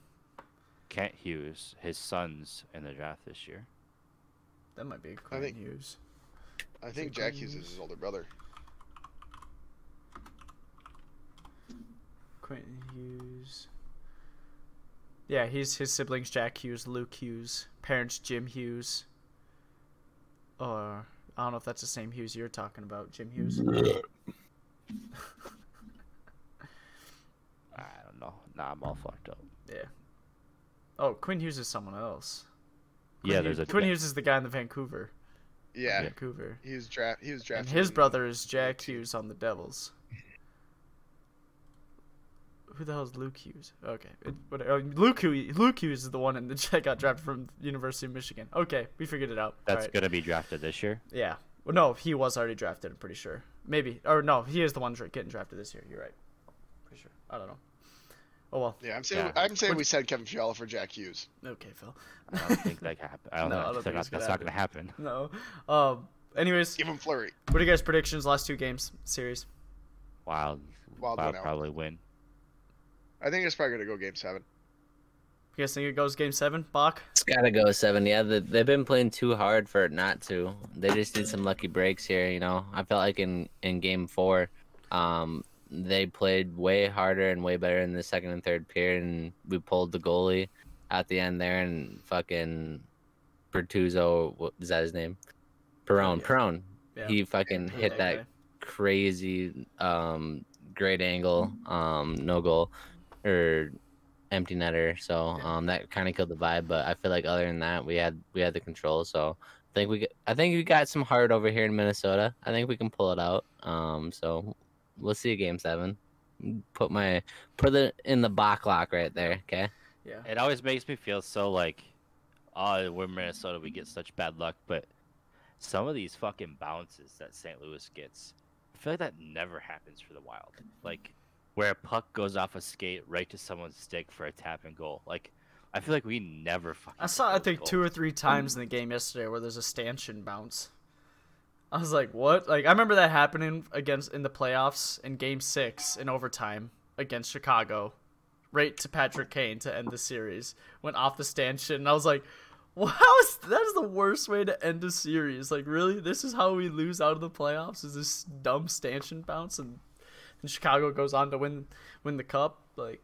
Speaker 5: Kent Hughes, his sons in the draft this year.
Speaker 2: That might be Quentin
Speaker 4: think-
Speaker 2: Hughes.
Speaker 4: I think Jack Hughes is his older brother.
Speaker 2: Quentin Hughes. Yeah, he's his siblings Jack Hughes, Luke Hughes, parents Jim Hughes. Or I don't know if that's the same Hughes you're talking about, Jim Hughes.
Speaker 5: I don't know. Nah, I'm all fucked up.
Speaker 2: Yeah. Oh, Quinn Hughes is someone else.
Speaker 5: yeah,
Speaker 2: Quinn
Speaker 5: there's
Speaker 2: Hugh-
Speaker 5: a
Speaker 2: Quinn Hughes is the guy in the Vancouver.
Speaker 4: Yeah,
Speaker 2: Vancouver.
Speaker 4: he was draft. He was
Speaker 2: And
Speaker 4: drafted.
Speaker 2: his
Speaker 4: in-
Speaker 2: brother is Jack Hughes on the Devils. Who the hell is Luke Hughes? Okay, it, what, oh, Luke Hughes. Luke Hughes is the one in the that got drafted from University of Michigan. Okay, we figured it out.
Speaker 5: that's
Speaker 2: Alright.
Speaker 5: gonna be drafted this year.
Speaker 2: Yeah. Well, no, he was already drafted. I'm pretty sure. Maybe or no, he is the one dra- getting drafted this year. You're right. Pretty sure. I don't know. Oh well.
Speaker 4: Yeah, I'm saying
Speaker 5: Yeah.
Speaker 4: I'm saying we said Kevin Fiala for Jack Hughes.
Speaker 2: Okay, Phil.
Speaker 5: I don't think that can happen. I don't
Speaker 2: No,
Speaker 5: know.
Speaker 2: I don't
Speaker 5: They're
Speaker 2: think
Speaker 5: not-
Speaker 2: it's gonna
Speaker 5: that's not gonna happen.
Speaker 2: No. Um. Anyways,
Speaker 4: Give him Flurry.
Speaker 2: what are you guys' predictions? Last two games series.
Speaker 5: Wild,
Speaker 4: Wild
Speaker 5: Wild,
Speaker 4: went out.
Speaker 5: probably win.
Speaker 4: I think it's probably gonna go game seven.
Speaker 2: You guys think it goes game seven? Bach.
Speaker 3: It's gotta go seven. Yeah, they, they've been playing too hard for it not to. They just did some lucky breaks here. You know, I felt like in in game four, um, they played way harder and way better in the second and third period, and we pulled the goalie at the end there, and fucking Bertuzzo, what is that his name? Perone,
Speaker 2: Yeah.
Speaker 3: Perone.
Speaker 2: Yeah.
Speaker 3: He fucking hit that
Speaker 2: Okay.
Speaker 3: crazy um great angle um no goal or empty netter so
Speaker 2: Yeah.
Speaker 3: um that kind of killed the vibe but i feel like other than that we had we had the control so i think we g- i think we got some heart over here in minnesota i think we can pull it out um so we'll see game seven put my put it in the box lock right there okay
Speaker 2: Yeah.
Speaker 5: It always makes me feel so like, oh, we're Minnesota, we get such bad luck. But some of these fucking bounces that St. Louis gets, I feel like that never happens for the Wild. Like, where a puck goes off a skate right to someone's stick for a tap and goal. Like, I feel like we never fucking.
Speaker 2: I saw, I
Speaker 5: get those
Speaker 2: think, two
Speaker 5: goals.
Speaker 2: or three times in the game yesterday where there's a stanchion bounce. I was like, what? Like, I remember that happening against in the playoffs in Game Six in overtime against Chicago, right to Patrick Kane to end the series. Went off the stanchion, and I was like, wow, that is the worst way to end a series. Like, really, this is how we lose out of the playoffs? Is this dumb stanchion bounce? And, and Chicago goes on to win win the cup. Like,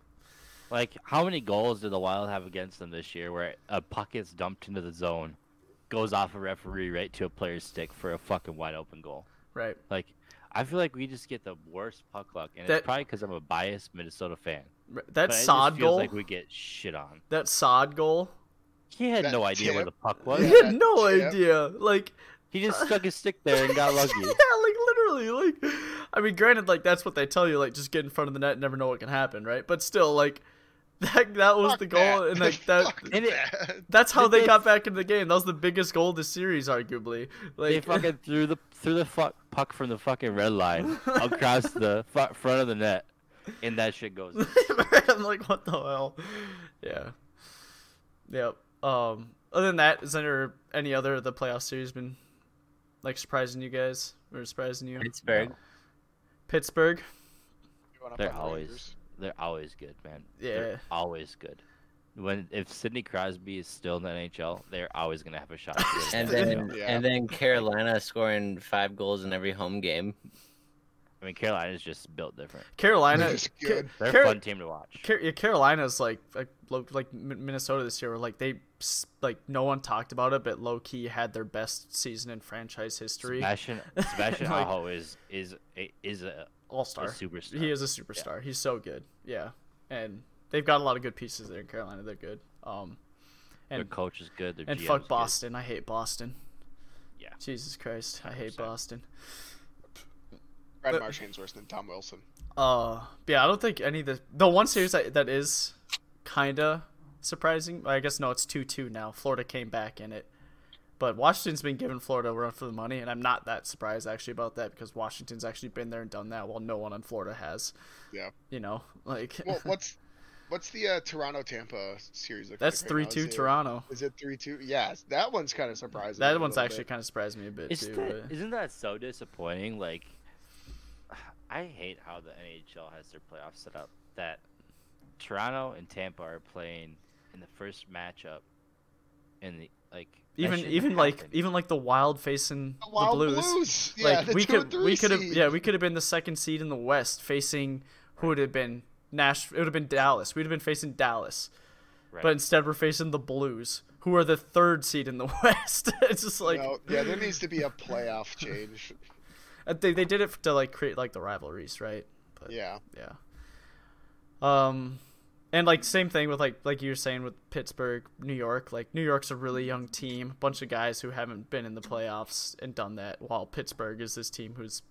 Speaker 5: Like, how many goals did the Wild have against them this year where a puck gets dumped into the zone, goes off a referee right to a player's stick for a fucking wide open goal?
Speaker 2: right?
Speaker 5: Like, I feel like we just get the worst puck luck, and
Speaker 2: That-
Speaker 5: it's probably because I'm a biased Minnesota fan.
Speaker 2: That
Speaker 5: But it just
Speaker 2: sod
Speaker 5: feels
Speaker 2: goal.
Speaker 5: like we get shit on.
Speaker 2: that sod goal
Speaker 5: He had
Speaker 4: That
Speaker 5: no idea where the
Speaker 4: tip.
Speaker 5: puck was.
Speaker 2: He
Speaker 4: Yeah,
Speaker 2: had
Speaker 4: that
Speaker 2: no
Speaker 4: chip.
Speaker 2: idea. Like
Speaker 5: He just stuck his stick there and got lucky.
Speaker 2: yeah, like literally, like I mean, granted, like that's what they tell you, like just get in front of the net, and never know what can happen, right? But still, like that that was
Speaker 4: Fuck
Speaker 2: the goal,
Speaker 4: that.
Speaker 2: and like that
Speaker 4: Fuck
Speaker 5: and it-
Speaker 4: that.
Speaker 2: that's how they
Speaker 5: They-
Speaker 2: got back into the game. That was the biggest goal of the series, arguably. Like
Speaker 5: They fucking threw the threw the fuck puck from the fucking red line across the fu- front of the net, and that shit goes. in.
Speaker 2: I'm like, what the hell? Yeah. Yep. Um. Other than that, is there any other of the playoff series been like surprising you guys or surprising you?
Speaker 3: Pittsburgh.
Speaker 2: Pittsburgh.
Speaker 4: You wanna
Speaker 5: They're
Speaker 4: fuck the
Speaker 5: always
Speaker 4: Rangers?
Speaker 5: they're always good, man. They're
Speaker 2: Yeah.
Speaker 5: always good. When if Sidney Crosby is still in the NHL, they're always gonna have a shot. to win
Speaker 3: And
Speaker 5: the
Speaker 3: then
Speaker 5: NHL.
Speaker 4: Yeah.
Speaker 3: and then Carolina scoring five goals in every home game.
Speaker 5: I mean, Carolina's just built different.
Speaker 2: Carolina.
Speaker 4: It's good.
Speaker 5: They're
Speaker 2: Car-
Speaker 5: a fun team to watch.
Speaker 2: Car- yeah, Carolina's like like low, like Min- Minnesota this year, where like they s- like no one talked about it, but low key had their best season in franchise history.
Speaker 5: Sebastian Sebastian
Speaker 2: Like-
Speaker 5: Aho is is a- is a
Speaker 2: All star,
Speaker 5: A superstar.
Speaker 2: He is a superstar. He's so good. Yeah, and they've got a lot of good pieces there in Carolina. They're good. Um,
Speaker 5: their
Speaker 2: and
Speaker 5: coach is good. Their
Speaker 2: and
Speaker 5: GM is
Speaker 2: fuck
Speaker 5: good.
Speaker 2: Boston. I hate Boston.
Speaker 5: Yeah.
Speaker 2: Jesus Christ, I hate
Speaker 5: 100%.
Speaker 2: Boston.
Speaker 4: Brad
Speaker 2: but-
Speaker 4: Marchand's worse than Tom Wilson.
Speaker 2: Uh, but yeah, I don't think any of the the one series that, that is kinda surprising. I guess no, it's two two now. Florida came back in it, but Washington's been giving Florida a run for the money, and I'm not that surprised actually about that because Washington's actually been there and done that, while no one in Florida has.
Speaker 4: Yeah.
Speaker 2: You know, like
Speaker 4: Well, what's what's the uh, Toronto Tampa series? Look
Speaker 2: that's
Speaker 4: like right
Speaker 2: three
Speaker 4: now?
Speaker 2: two
Speaker 4: Is it-
Speaker 2: Toronto.
Speaker 4: Is it three two? Yes, that one's kind of surprising. me
Speaker 2: That
Speaker 4: a
Speaker 2: one's
Speaker 4: little
Speaker 2: actually
Speaker 4: bit.
Speaker 2: kind of surprised me a bit
Speaker 5: Is
Speaker 2: too.
Speaker 5: that,
Speaker 2: but-
Speaker 5: isn't that so disappointing? Like, I hate how the NHL has their playoff set up. That Toronto and Tampa are playing in the first matchup, in the like that
Speaker 2: even
Speaker 5: shouldn't
Speaker 2: even like
Speaker 5: happen.
Speaker 2: even like the Wild facing
Speaker 4: The Wild
Speaker 2: the
Speaker 4: Blues.
Speaker 2: Blues.
Speaker 4: Yeah,
Speaker 2: like
Speaker 4: the
Speaker 2: we
Speaker 4: two and
Speaker 2: could
Speaker 4: three
Speaker 2: we could have
Speaker 4: seed.
Speaker 2: yeah we could have been the second seed in the West facing who would have been Nash it would have been Dallas we'd have been facing Dallas
Speaker 5: Right.
Speaker 2: but instead we're facing the Blues who are the third seed in the West it's just like
Speaker 4: No, yeah, there needs to be a playoff change.
Speaker 2: uh, they they did it to like create like the rivalries right but
Speaker 4: Yeah,
Speaker 2: yeah um and like same thing with like like you were saying with Pittsburgh New York like New York's a really young team bunch of guys who haven't been in the playoffs and done that while Pittsburgh is this team who's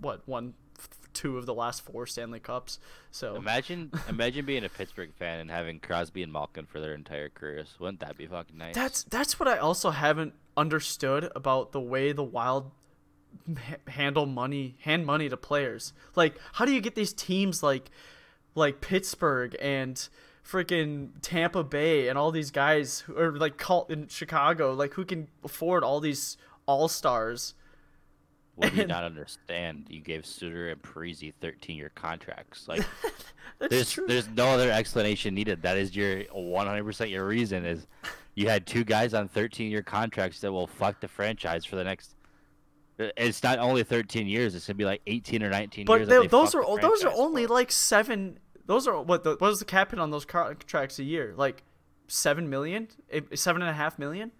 Speaker 2: what won f- two of the last four Stanley Cups so
Speaker 5: imagine imagine being a Pittsburgh fan and having Crosby and Malkin for their entire careers. Wouldn't that be fucking nice?
Speaker 2: that's that's what I also haven't understood about the way the Wild ha- handle money, hand money to players. Like, how do you get these teams like like Pittsburgh and freaking Tampa Bay and all these guys who are like call in Chicago, like who can afford all these all stars?
Speaker 5: what do you not understand? You gave Suter and Parisi 13 year contracts. Like, there's there's no other explanation needed. That is your 100% your reason is you had two guys on 13 year contracts that will fuck the franchise for the next. It's not only 13 years. It's gonna be like 18 or 19
Speaker 2: But
Speaker 5: years.
Speaker 2: tho-
Speaker 5: that they
Speaker 2: those are
Speaker 5: fuck the
Speaker 2: o- those are
Speaker 5: franchise
Speaker 2: only
Speaker 5: for.
Speaker 2: like seven. Those are what the, what is the cap hit on those contracts a year? Like seven million, Eh, seven and a half million.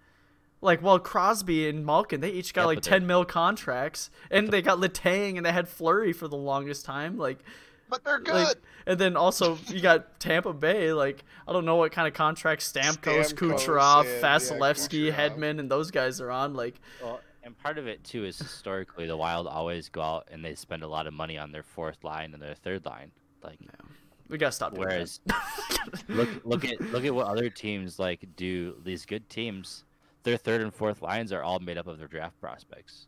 Speaker 2: Like well, Crosby and Malkin, they each got
Speaker 5: Yeah,
Speaker 2: like
Speaker 5: but they're-
Speaker 2: ten mil contracts, and they got Letang and they had Flurry for the longest time. Like
Speaker 4: but they're good.
Speaker 2: like, and then also you got Tampa Bay. Like I don't know what kind of contracts Stamkos,
Speaker 4: Stamkos
Speaker 2: Kucherov,
Speaker 4: and- yeah,
Speaker 2: Vasilevsky,
Speaker 4: Kucherov.
Speaker 2: Hedman, and those guys are on. Like
Speaker 5: Well, and part of it too is historically the Wild always go out and they spend a lot of money on their fourth line and their third line. Like,
Speaker 2: we gotta stop doing
Speaker 5: Whereas
Speaker 2: that.
Speaker 5: look look at look at what other teams like do these good teams, their third and fourth lines are all made up of their draft prospects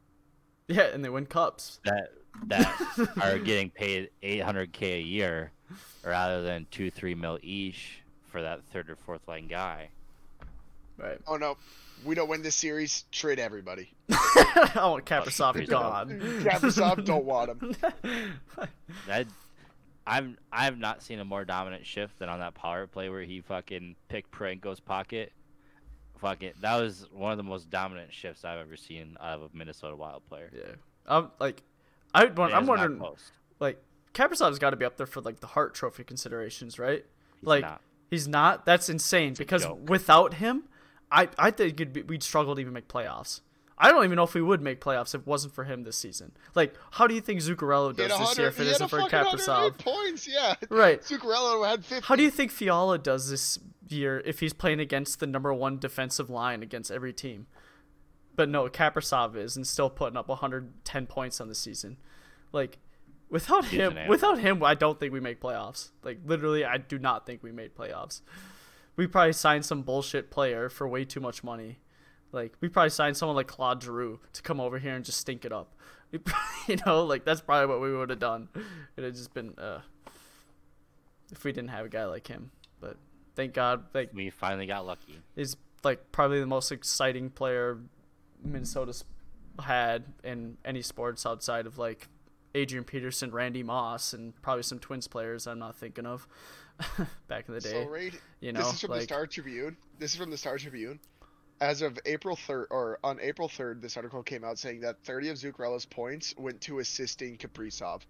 Speaker 2: Yeah, and they win cups.
Speaker 5: that that are getting paid eight hundred K a year rather than two, three mil each for that third or fourth line guy.
Speaker 2: Right.
Speaker 4: oh no, we don't win this series. Trade everybody.
Speaker 2: I want Oh, Kaprasov
Speaker 5: Freeze
Speaker 2: gone.
Speaker 4: Kaprasov, don't want him.
Speaker 5: That I'm I've not seen a more dominant shift than on that power play where he fucking picked Pranko's pocket. Fuck it. That was one of the most dominant shifts I've ever seen out of a Minnesota Wild player.
Speaker 2: Yeah. I'm like, I,
Speaker 5: It
Speaker 2: I'm
Speaker 5: is not
Speaker 2: wondering,
Speaker 5: close.
Speaker 2: like, Kaprasov's got to be up there for like the Hart Trophy considerations, right?
Speaker 5: He's
Speaker 2: like,
Speaker 5: not.
Speaker 2: he's not. That's insane because
Speaker 5: joke.
Speaker 2: without him, I, I think it'd be, we'd struggle to even make playoffs. I don't even know if we would make playoffs if it wasn't for him this season. Like, how do you think Zuccarello
Speaker 4: He had
Speaker 2: does this year
Speaker 4: 100
Speaker 2: if it
Speaker 4: he had
Speaker 2: isn't
Speaker 4: a
Speaker 2: for
Speaker 4: fucking 108
Speaker 2: Kaprasov?
Speaker 4: points. Yeah,
Speaker 2: Right.
Speaker 4: Zuccarello had fifty.
Speaker 2: How do you think Fiala does this year if he's playing against the number one defensive line against every team. But no, Kaprasov is and still putting up 110 points on the season. Like without
Speaker 5: He's an
Speaker 2: him,
Speaker 5: animal.
Speaker 2: without him, I don't think we make playoffs. Like literally, I do not think we made playoffs. We probably signed some bullshit player for way too much money. Like we probably signed someone like Claude Giroux to come over here and just stink it up. you know, like that's probably what we would have done. It had just been uh if we didn't have a guy like him. But thank God, like
Speaker 5: We finally got lucky.
Speaker 2: he's like probably the most exciting player Minnesota's had in any sports outside of like Adrian Peterson, Randy Moss, and probably some Twins players I'm not thinking of back in the day.
Speaker 4: So right,
Speaker 2: you know,
Speaker 4: this is from the
Speaker 2: like-
Speaker 4: Star Tribune. This is from the Star Tribune. As of April third, or on April third, this article came out saying that 30 of Zuccarello's points went to assisting Kaprizov.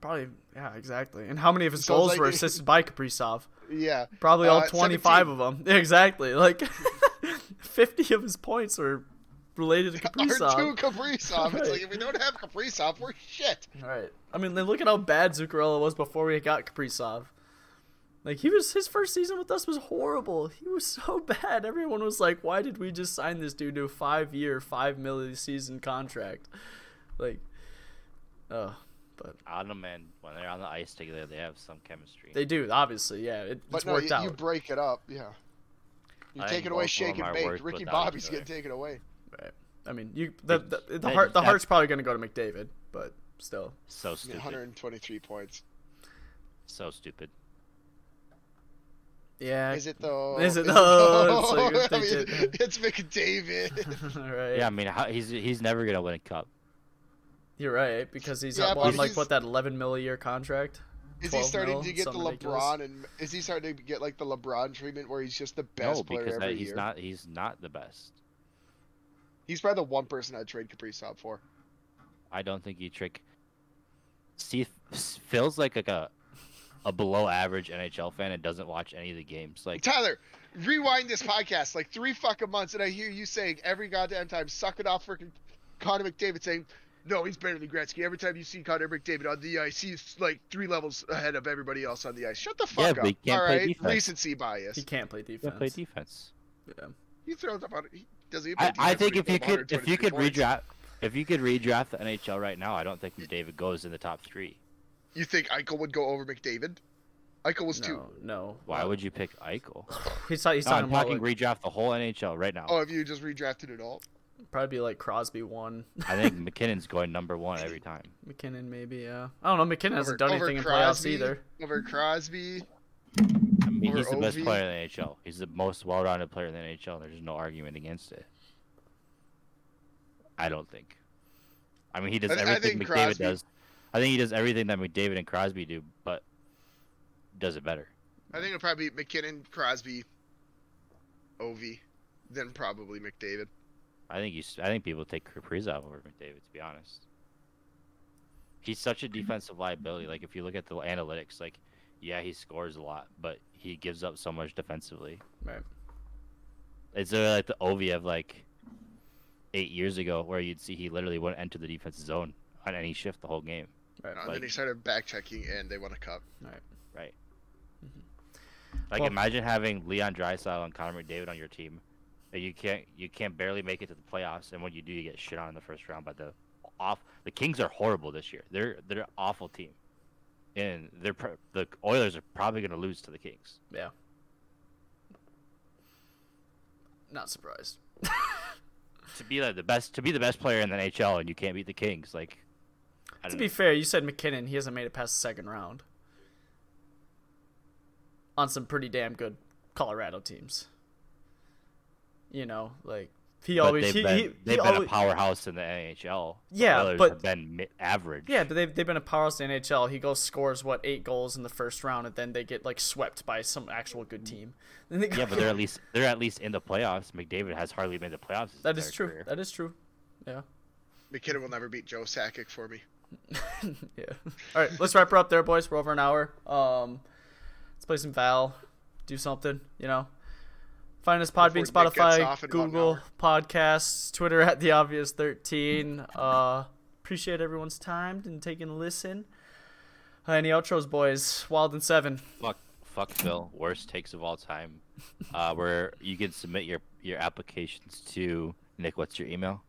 Speaker 2: Probably, yeah, exactly. And how many of his
Speaker 4: So,
Speaker 2: goals
Speaker 4: like-
Speaker 2: were assisted by Kaprizov?
Speaker 4: Yeah,
Speaker 2: Probably all
Speaker 4: Uh,
Speaker 2: 25 of them. Exactly. Like 50 of his points are related to Kaprizov.
Speaker 4: Or two Kaprizov. It's like if we don't have Kaprizov, we're shit.
Speaker 2: All right. I mean, then look at how bad Zuccarello was before we got Kaprizov. Like he was, his first season with us was horrible. He was so bad. Everyone was like, "Why did we just sign this dude to a five-year, five million season contract?" Like, uh, but
Speaker 5: On them and when they're on the ice together, they have some chemistry.
Speaker 2: they do obviously. Yeah, it,
Speaker 4: But
Speaker 2: it's
Speaker 4: no,
Speaker 2: worked
Speaker 4: you,
Speaker 2: out.
Speaker 4: you break it up. Yeah, you
Speaker 5: I
Speaker 4: take
Speaker 5: think
Speaker 4: it away,
Speaker 5: both of
Speaker 4: shake
Speaker 5: them
Speaker 4: and
Speaker 5: are
Speaker 4: bake.
Speaker 5: worth
Speaker 4: Ricky
Speaker 5: without
Speaker 4: Bobby's
Speaker 5: each
Speaker 4: gonna
Speaker 5: other.
Speaker 4: take it away.
Speaker 2: right. I mean, you the the, the,
Speaker 5: They-
Speaker 2: heart the
Speaker 5: that-
Speaker 2: heart's probably gonna go to McDavid, but still,
Speaker 5: so stupid.
Speaker 4: 123 points.
Speaker 5: So stupid.
Speaker 2: yeah.
Speaker 4: Is it though?
Speaker 2: Is it though? It's
Speaker 4: though?
Speaker 2: like, if
Speaker 4: I
Speaker 2: they
Speaker 4: mean,
Speaker 2: did-
Speaker 4: it's McDavid.
Speaker 2: all right.
Speaker 5: Yeah, I mean, how, he's he's never gonna win a cup.
Speaker 2: You're right because he's
Speaker 4: Yeah,
Speaker 2: up
Speaker 4: but
Speaker 2: on like
Speaker 4: he's-
Speaker 2: what that 11 mil a year contract.
Speaker 4: Is he
Speaker 2: 12
Speaker 4: starting
Speaker 2: mil,
Speaker 4: to get the
Speaker 2: something
Speaker 4: LeBron
Speaker 2: ridiculous.
Speaker 4: and is he starting to get like the LeBron treatment where he's just the best
Speaker 5: no,
Speaker 4: player
Speaker 5: because
Speaker 4: every
Speaker 5: that, he's
Speaker 4: year?
Speaker 5: not he's not the best.
Speaker 4: He's probably the one person I'd trade Kaprizov for.
Speaker 5: I don't think you trick. Steve feels like like a a below average NHL fan and doesn't watch any of the games. Like
Speaker 4: Tyler, rewind this podcast like three fucking months, and I hear you saying every goddamn time, "Suck it off, freaking Connor McDavid," saying, "No, he's better than Gretzky." Every time you see Connor McDavid on the ice, he's like three levels ahead of everybody else on the ice. Shut the
Speaker 5: Yeah,
Speaker 4: fuck
Speaker 5: but
Speaker 4: up.
Speaker 5: he can't
Speaker 4: All
Speaker 5: play
Speaker 4: right,
Speaker 5: defense.
Speaker 4: recency bias.
Speaker 2: He
Speaker 4: He,
Speaker 2: can't play
Speaker 5: you
Speaker 2: defense.
Speaker 5: don't play defense.
Speaker 2: Yeah.
Speaker 4: throws up on. He doesn't. even play
Speaker 5: I, I
Speaker 4: defense
Speaker 5: think
Speaker 4: when
Speaker 5: if
Speaker 4: he
Speaker 5: you
Speaker 4: pulls
Speaker 5: could if you
Speaker 4: 123
Speaker 5: could
Speaker 4: points.
Speaker 5: redraft if you could redraft the NHL right now, I don't think McDavid goes in the top three.
Speaker 4: you think Eichel would go over McDavid? Eichel was two.
Speaker 2: No, no.
Speaker 5: Why would you pick Eichel?
Speaker 2: He's, not- he's
Speaker 5: No,
Speaker 2: talking
Speaker 5: I'm
Speaker 2: about
Speaker 5: talking
Speaker 2: like,
Speaker 5: redraft the whole NHL right now.
Speaker 4: Oh, have you just redrafted it all?
Speaker 2: probably like Crosby one,
Speaker 5: I think McKinnon's going number one every time.
Speaker 2: McKinnon maybe. Yeah, I don't know. McKinnon hasn't
Speaker 4: Over-
Speaker 2: done
Speaker 4: over
Speaker 2: anything in playoffs
Speaker 4: Crosby?
Speaker 2: either.
Speaker 4: Over Crosby.
Speaker 5: I mean,
Speaker 4: Over
Speaker 5: he's the best
Speaker 4: Ovi?
Speaker 5: player in the NHL. He's the most well-rounded player in the NHL. and There's no argument against it. I don't think. I mean, he does
Speaker 4: I- I
Speaker 5: everything
Speaker 4: think
Speaker 5: McDavid
Speaker 4: Crosby-
Speaker 5: does. I think he does everything that McDavid and Crosby do, but does it better.
Speaker 4: I think it'll probably be McKinnon, Crosby, Ovi, then probably McDavid.
Speaker 5: I think you. s- I think people take Kaprizov over McDavid. To be honest, he's such a
Speaker 4: Mm-hmm.
Speaker 5: defensive liability. Like if you look at the analytics, like yeah, he scores a lot, but he gives up so much defensively.
Speaker 2: Right.
Speaker 5: It's literally like the Ovi of like eight years ago, where you'd see he literally wouldn't enter the defensive zone on any shift the whole game.
Speaker 2: Right.
Speaker 4: And
Speaker 5: Like-
Speaker 4: then he started back checking and they won a cup.
Speaker 2: right.
Speaker 5: Right. Like
Speaker 2: Mm-hmm. Well-
Speaker 5: imagine having Leon Draisaitl and Connor McDavid on your team. and You can't you can't barely make it to the playoffs, and when you do, you get shit on in the first round by the off. The Kings are horrible this year. They're they're an awful team, and they're pro- the Oilers are probably going to lose to the Kings.
Speaker 2: Yeah. Not surprised.
Speaker 5: To be like the best to be the best player in the NHL, and you can't beat the Kings. Like I
Speaker 2: To
Speaker 5: don't
Speaker 2: be
Speaker 5: know.
Speaker 2: fair, you said McKinnon. He hasn't made it past the second round. On some pretty damn good Colorado teams. You know, like he
Speaker 5: But
Speaker 2: always
Speaker 5: they've
Speaker 2: he,
Speaker 5: been,
Speaker 2: he,
Speaker 5: they've
Speaker 2: he
Speaker 5: been
Speaker 2: always,
Speaker 5: a powerhouse in the NHL. The
Speaker 2: Yeah,
Speaker 5: Oilers
Speaker 2: but-
Speaker 5: have been mi- average.
Speaker 2: Yeah, but they've, they've been a powerhouse in the NHL. He goes scores what eight goals in the first round, and then they get like swept by some actual good team. Then they go,
Speaker 5: Yeah, but they're at least they're at least in the playoffs. McDavid has hardly made the playoffs. his
Speaker 2: that is
Speaker 5: entire
Speaker 2: true.
Speaker 5: career.
Speaker 2: That is true. Yeah,
Speaker 4: McKinnon will never beat Joe Sakic for me.
Speaker 2: yeah. All right, let's wrap her up there, boys. We're over an hour. Um, let's play some Val, do something. You know, find us Podbean,
Speaker 4: Before Nick gets off
Speaker 2: Spotify,
Speaker 4: in about an
Speaker 2: Google
Speaker 4: hour.
Speaker 2: Podcasts, Twitter at the obvious thirteen. Uh, appreciate everyone's time and taking a listen. Uh, any outros, boys? Wild and seven.
Speaker 5: Fuck, fuck Phil, worst takes of all time, uh, where you can submit your your applications to Nick. What's your email?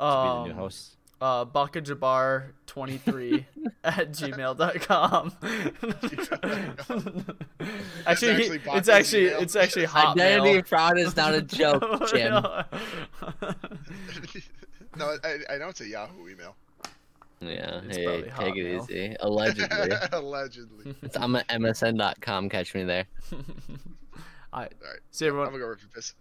Speaker 5: To be the new
Speaker 2: Um,
Speaker 5: host.
Speaker 2: uh, bakajabar23 at gmail.com. actually, he-
Speaker 4: actually
Speaker 2: it's
Speaker 4: Baka's
Speaker 2: actually
Speaker 4: email.
Speaker 2: it's actually
Speaker 3: Identity
Speaker 2: hotmail.
Speaker 3: fraud is not a joke, Jim.
Speaker 4: no, I, I know it's a Yahoo email.
Speaker 3: Yeah,
Speaker 2: It's
Speaker 3: hey,
Speaker 2: probably
Speaker 3: take
Speaker 2: hot
Speaker 3: it
Speaker 2: now.
Speaker 3: easy. Allegedly,
Speaker 4: Allegedly.
Speaker 3: it's, I'm at MSN.com. Catch me there.
Speaker 2: I
Speaker 4: All right.
Speaker 2: see everyone.
Speaker 4: I'm gonna go over to piss.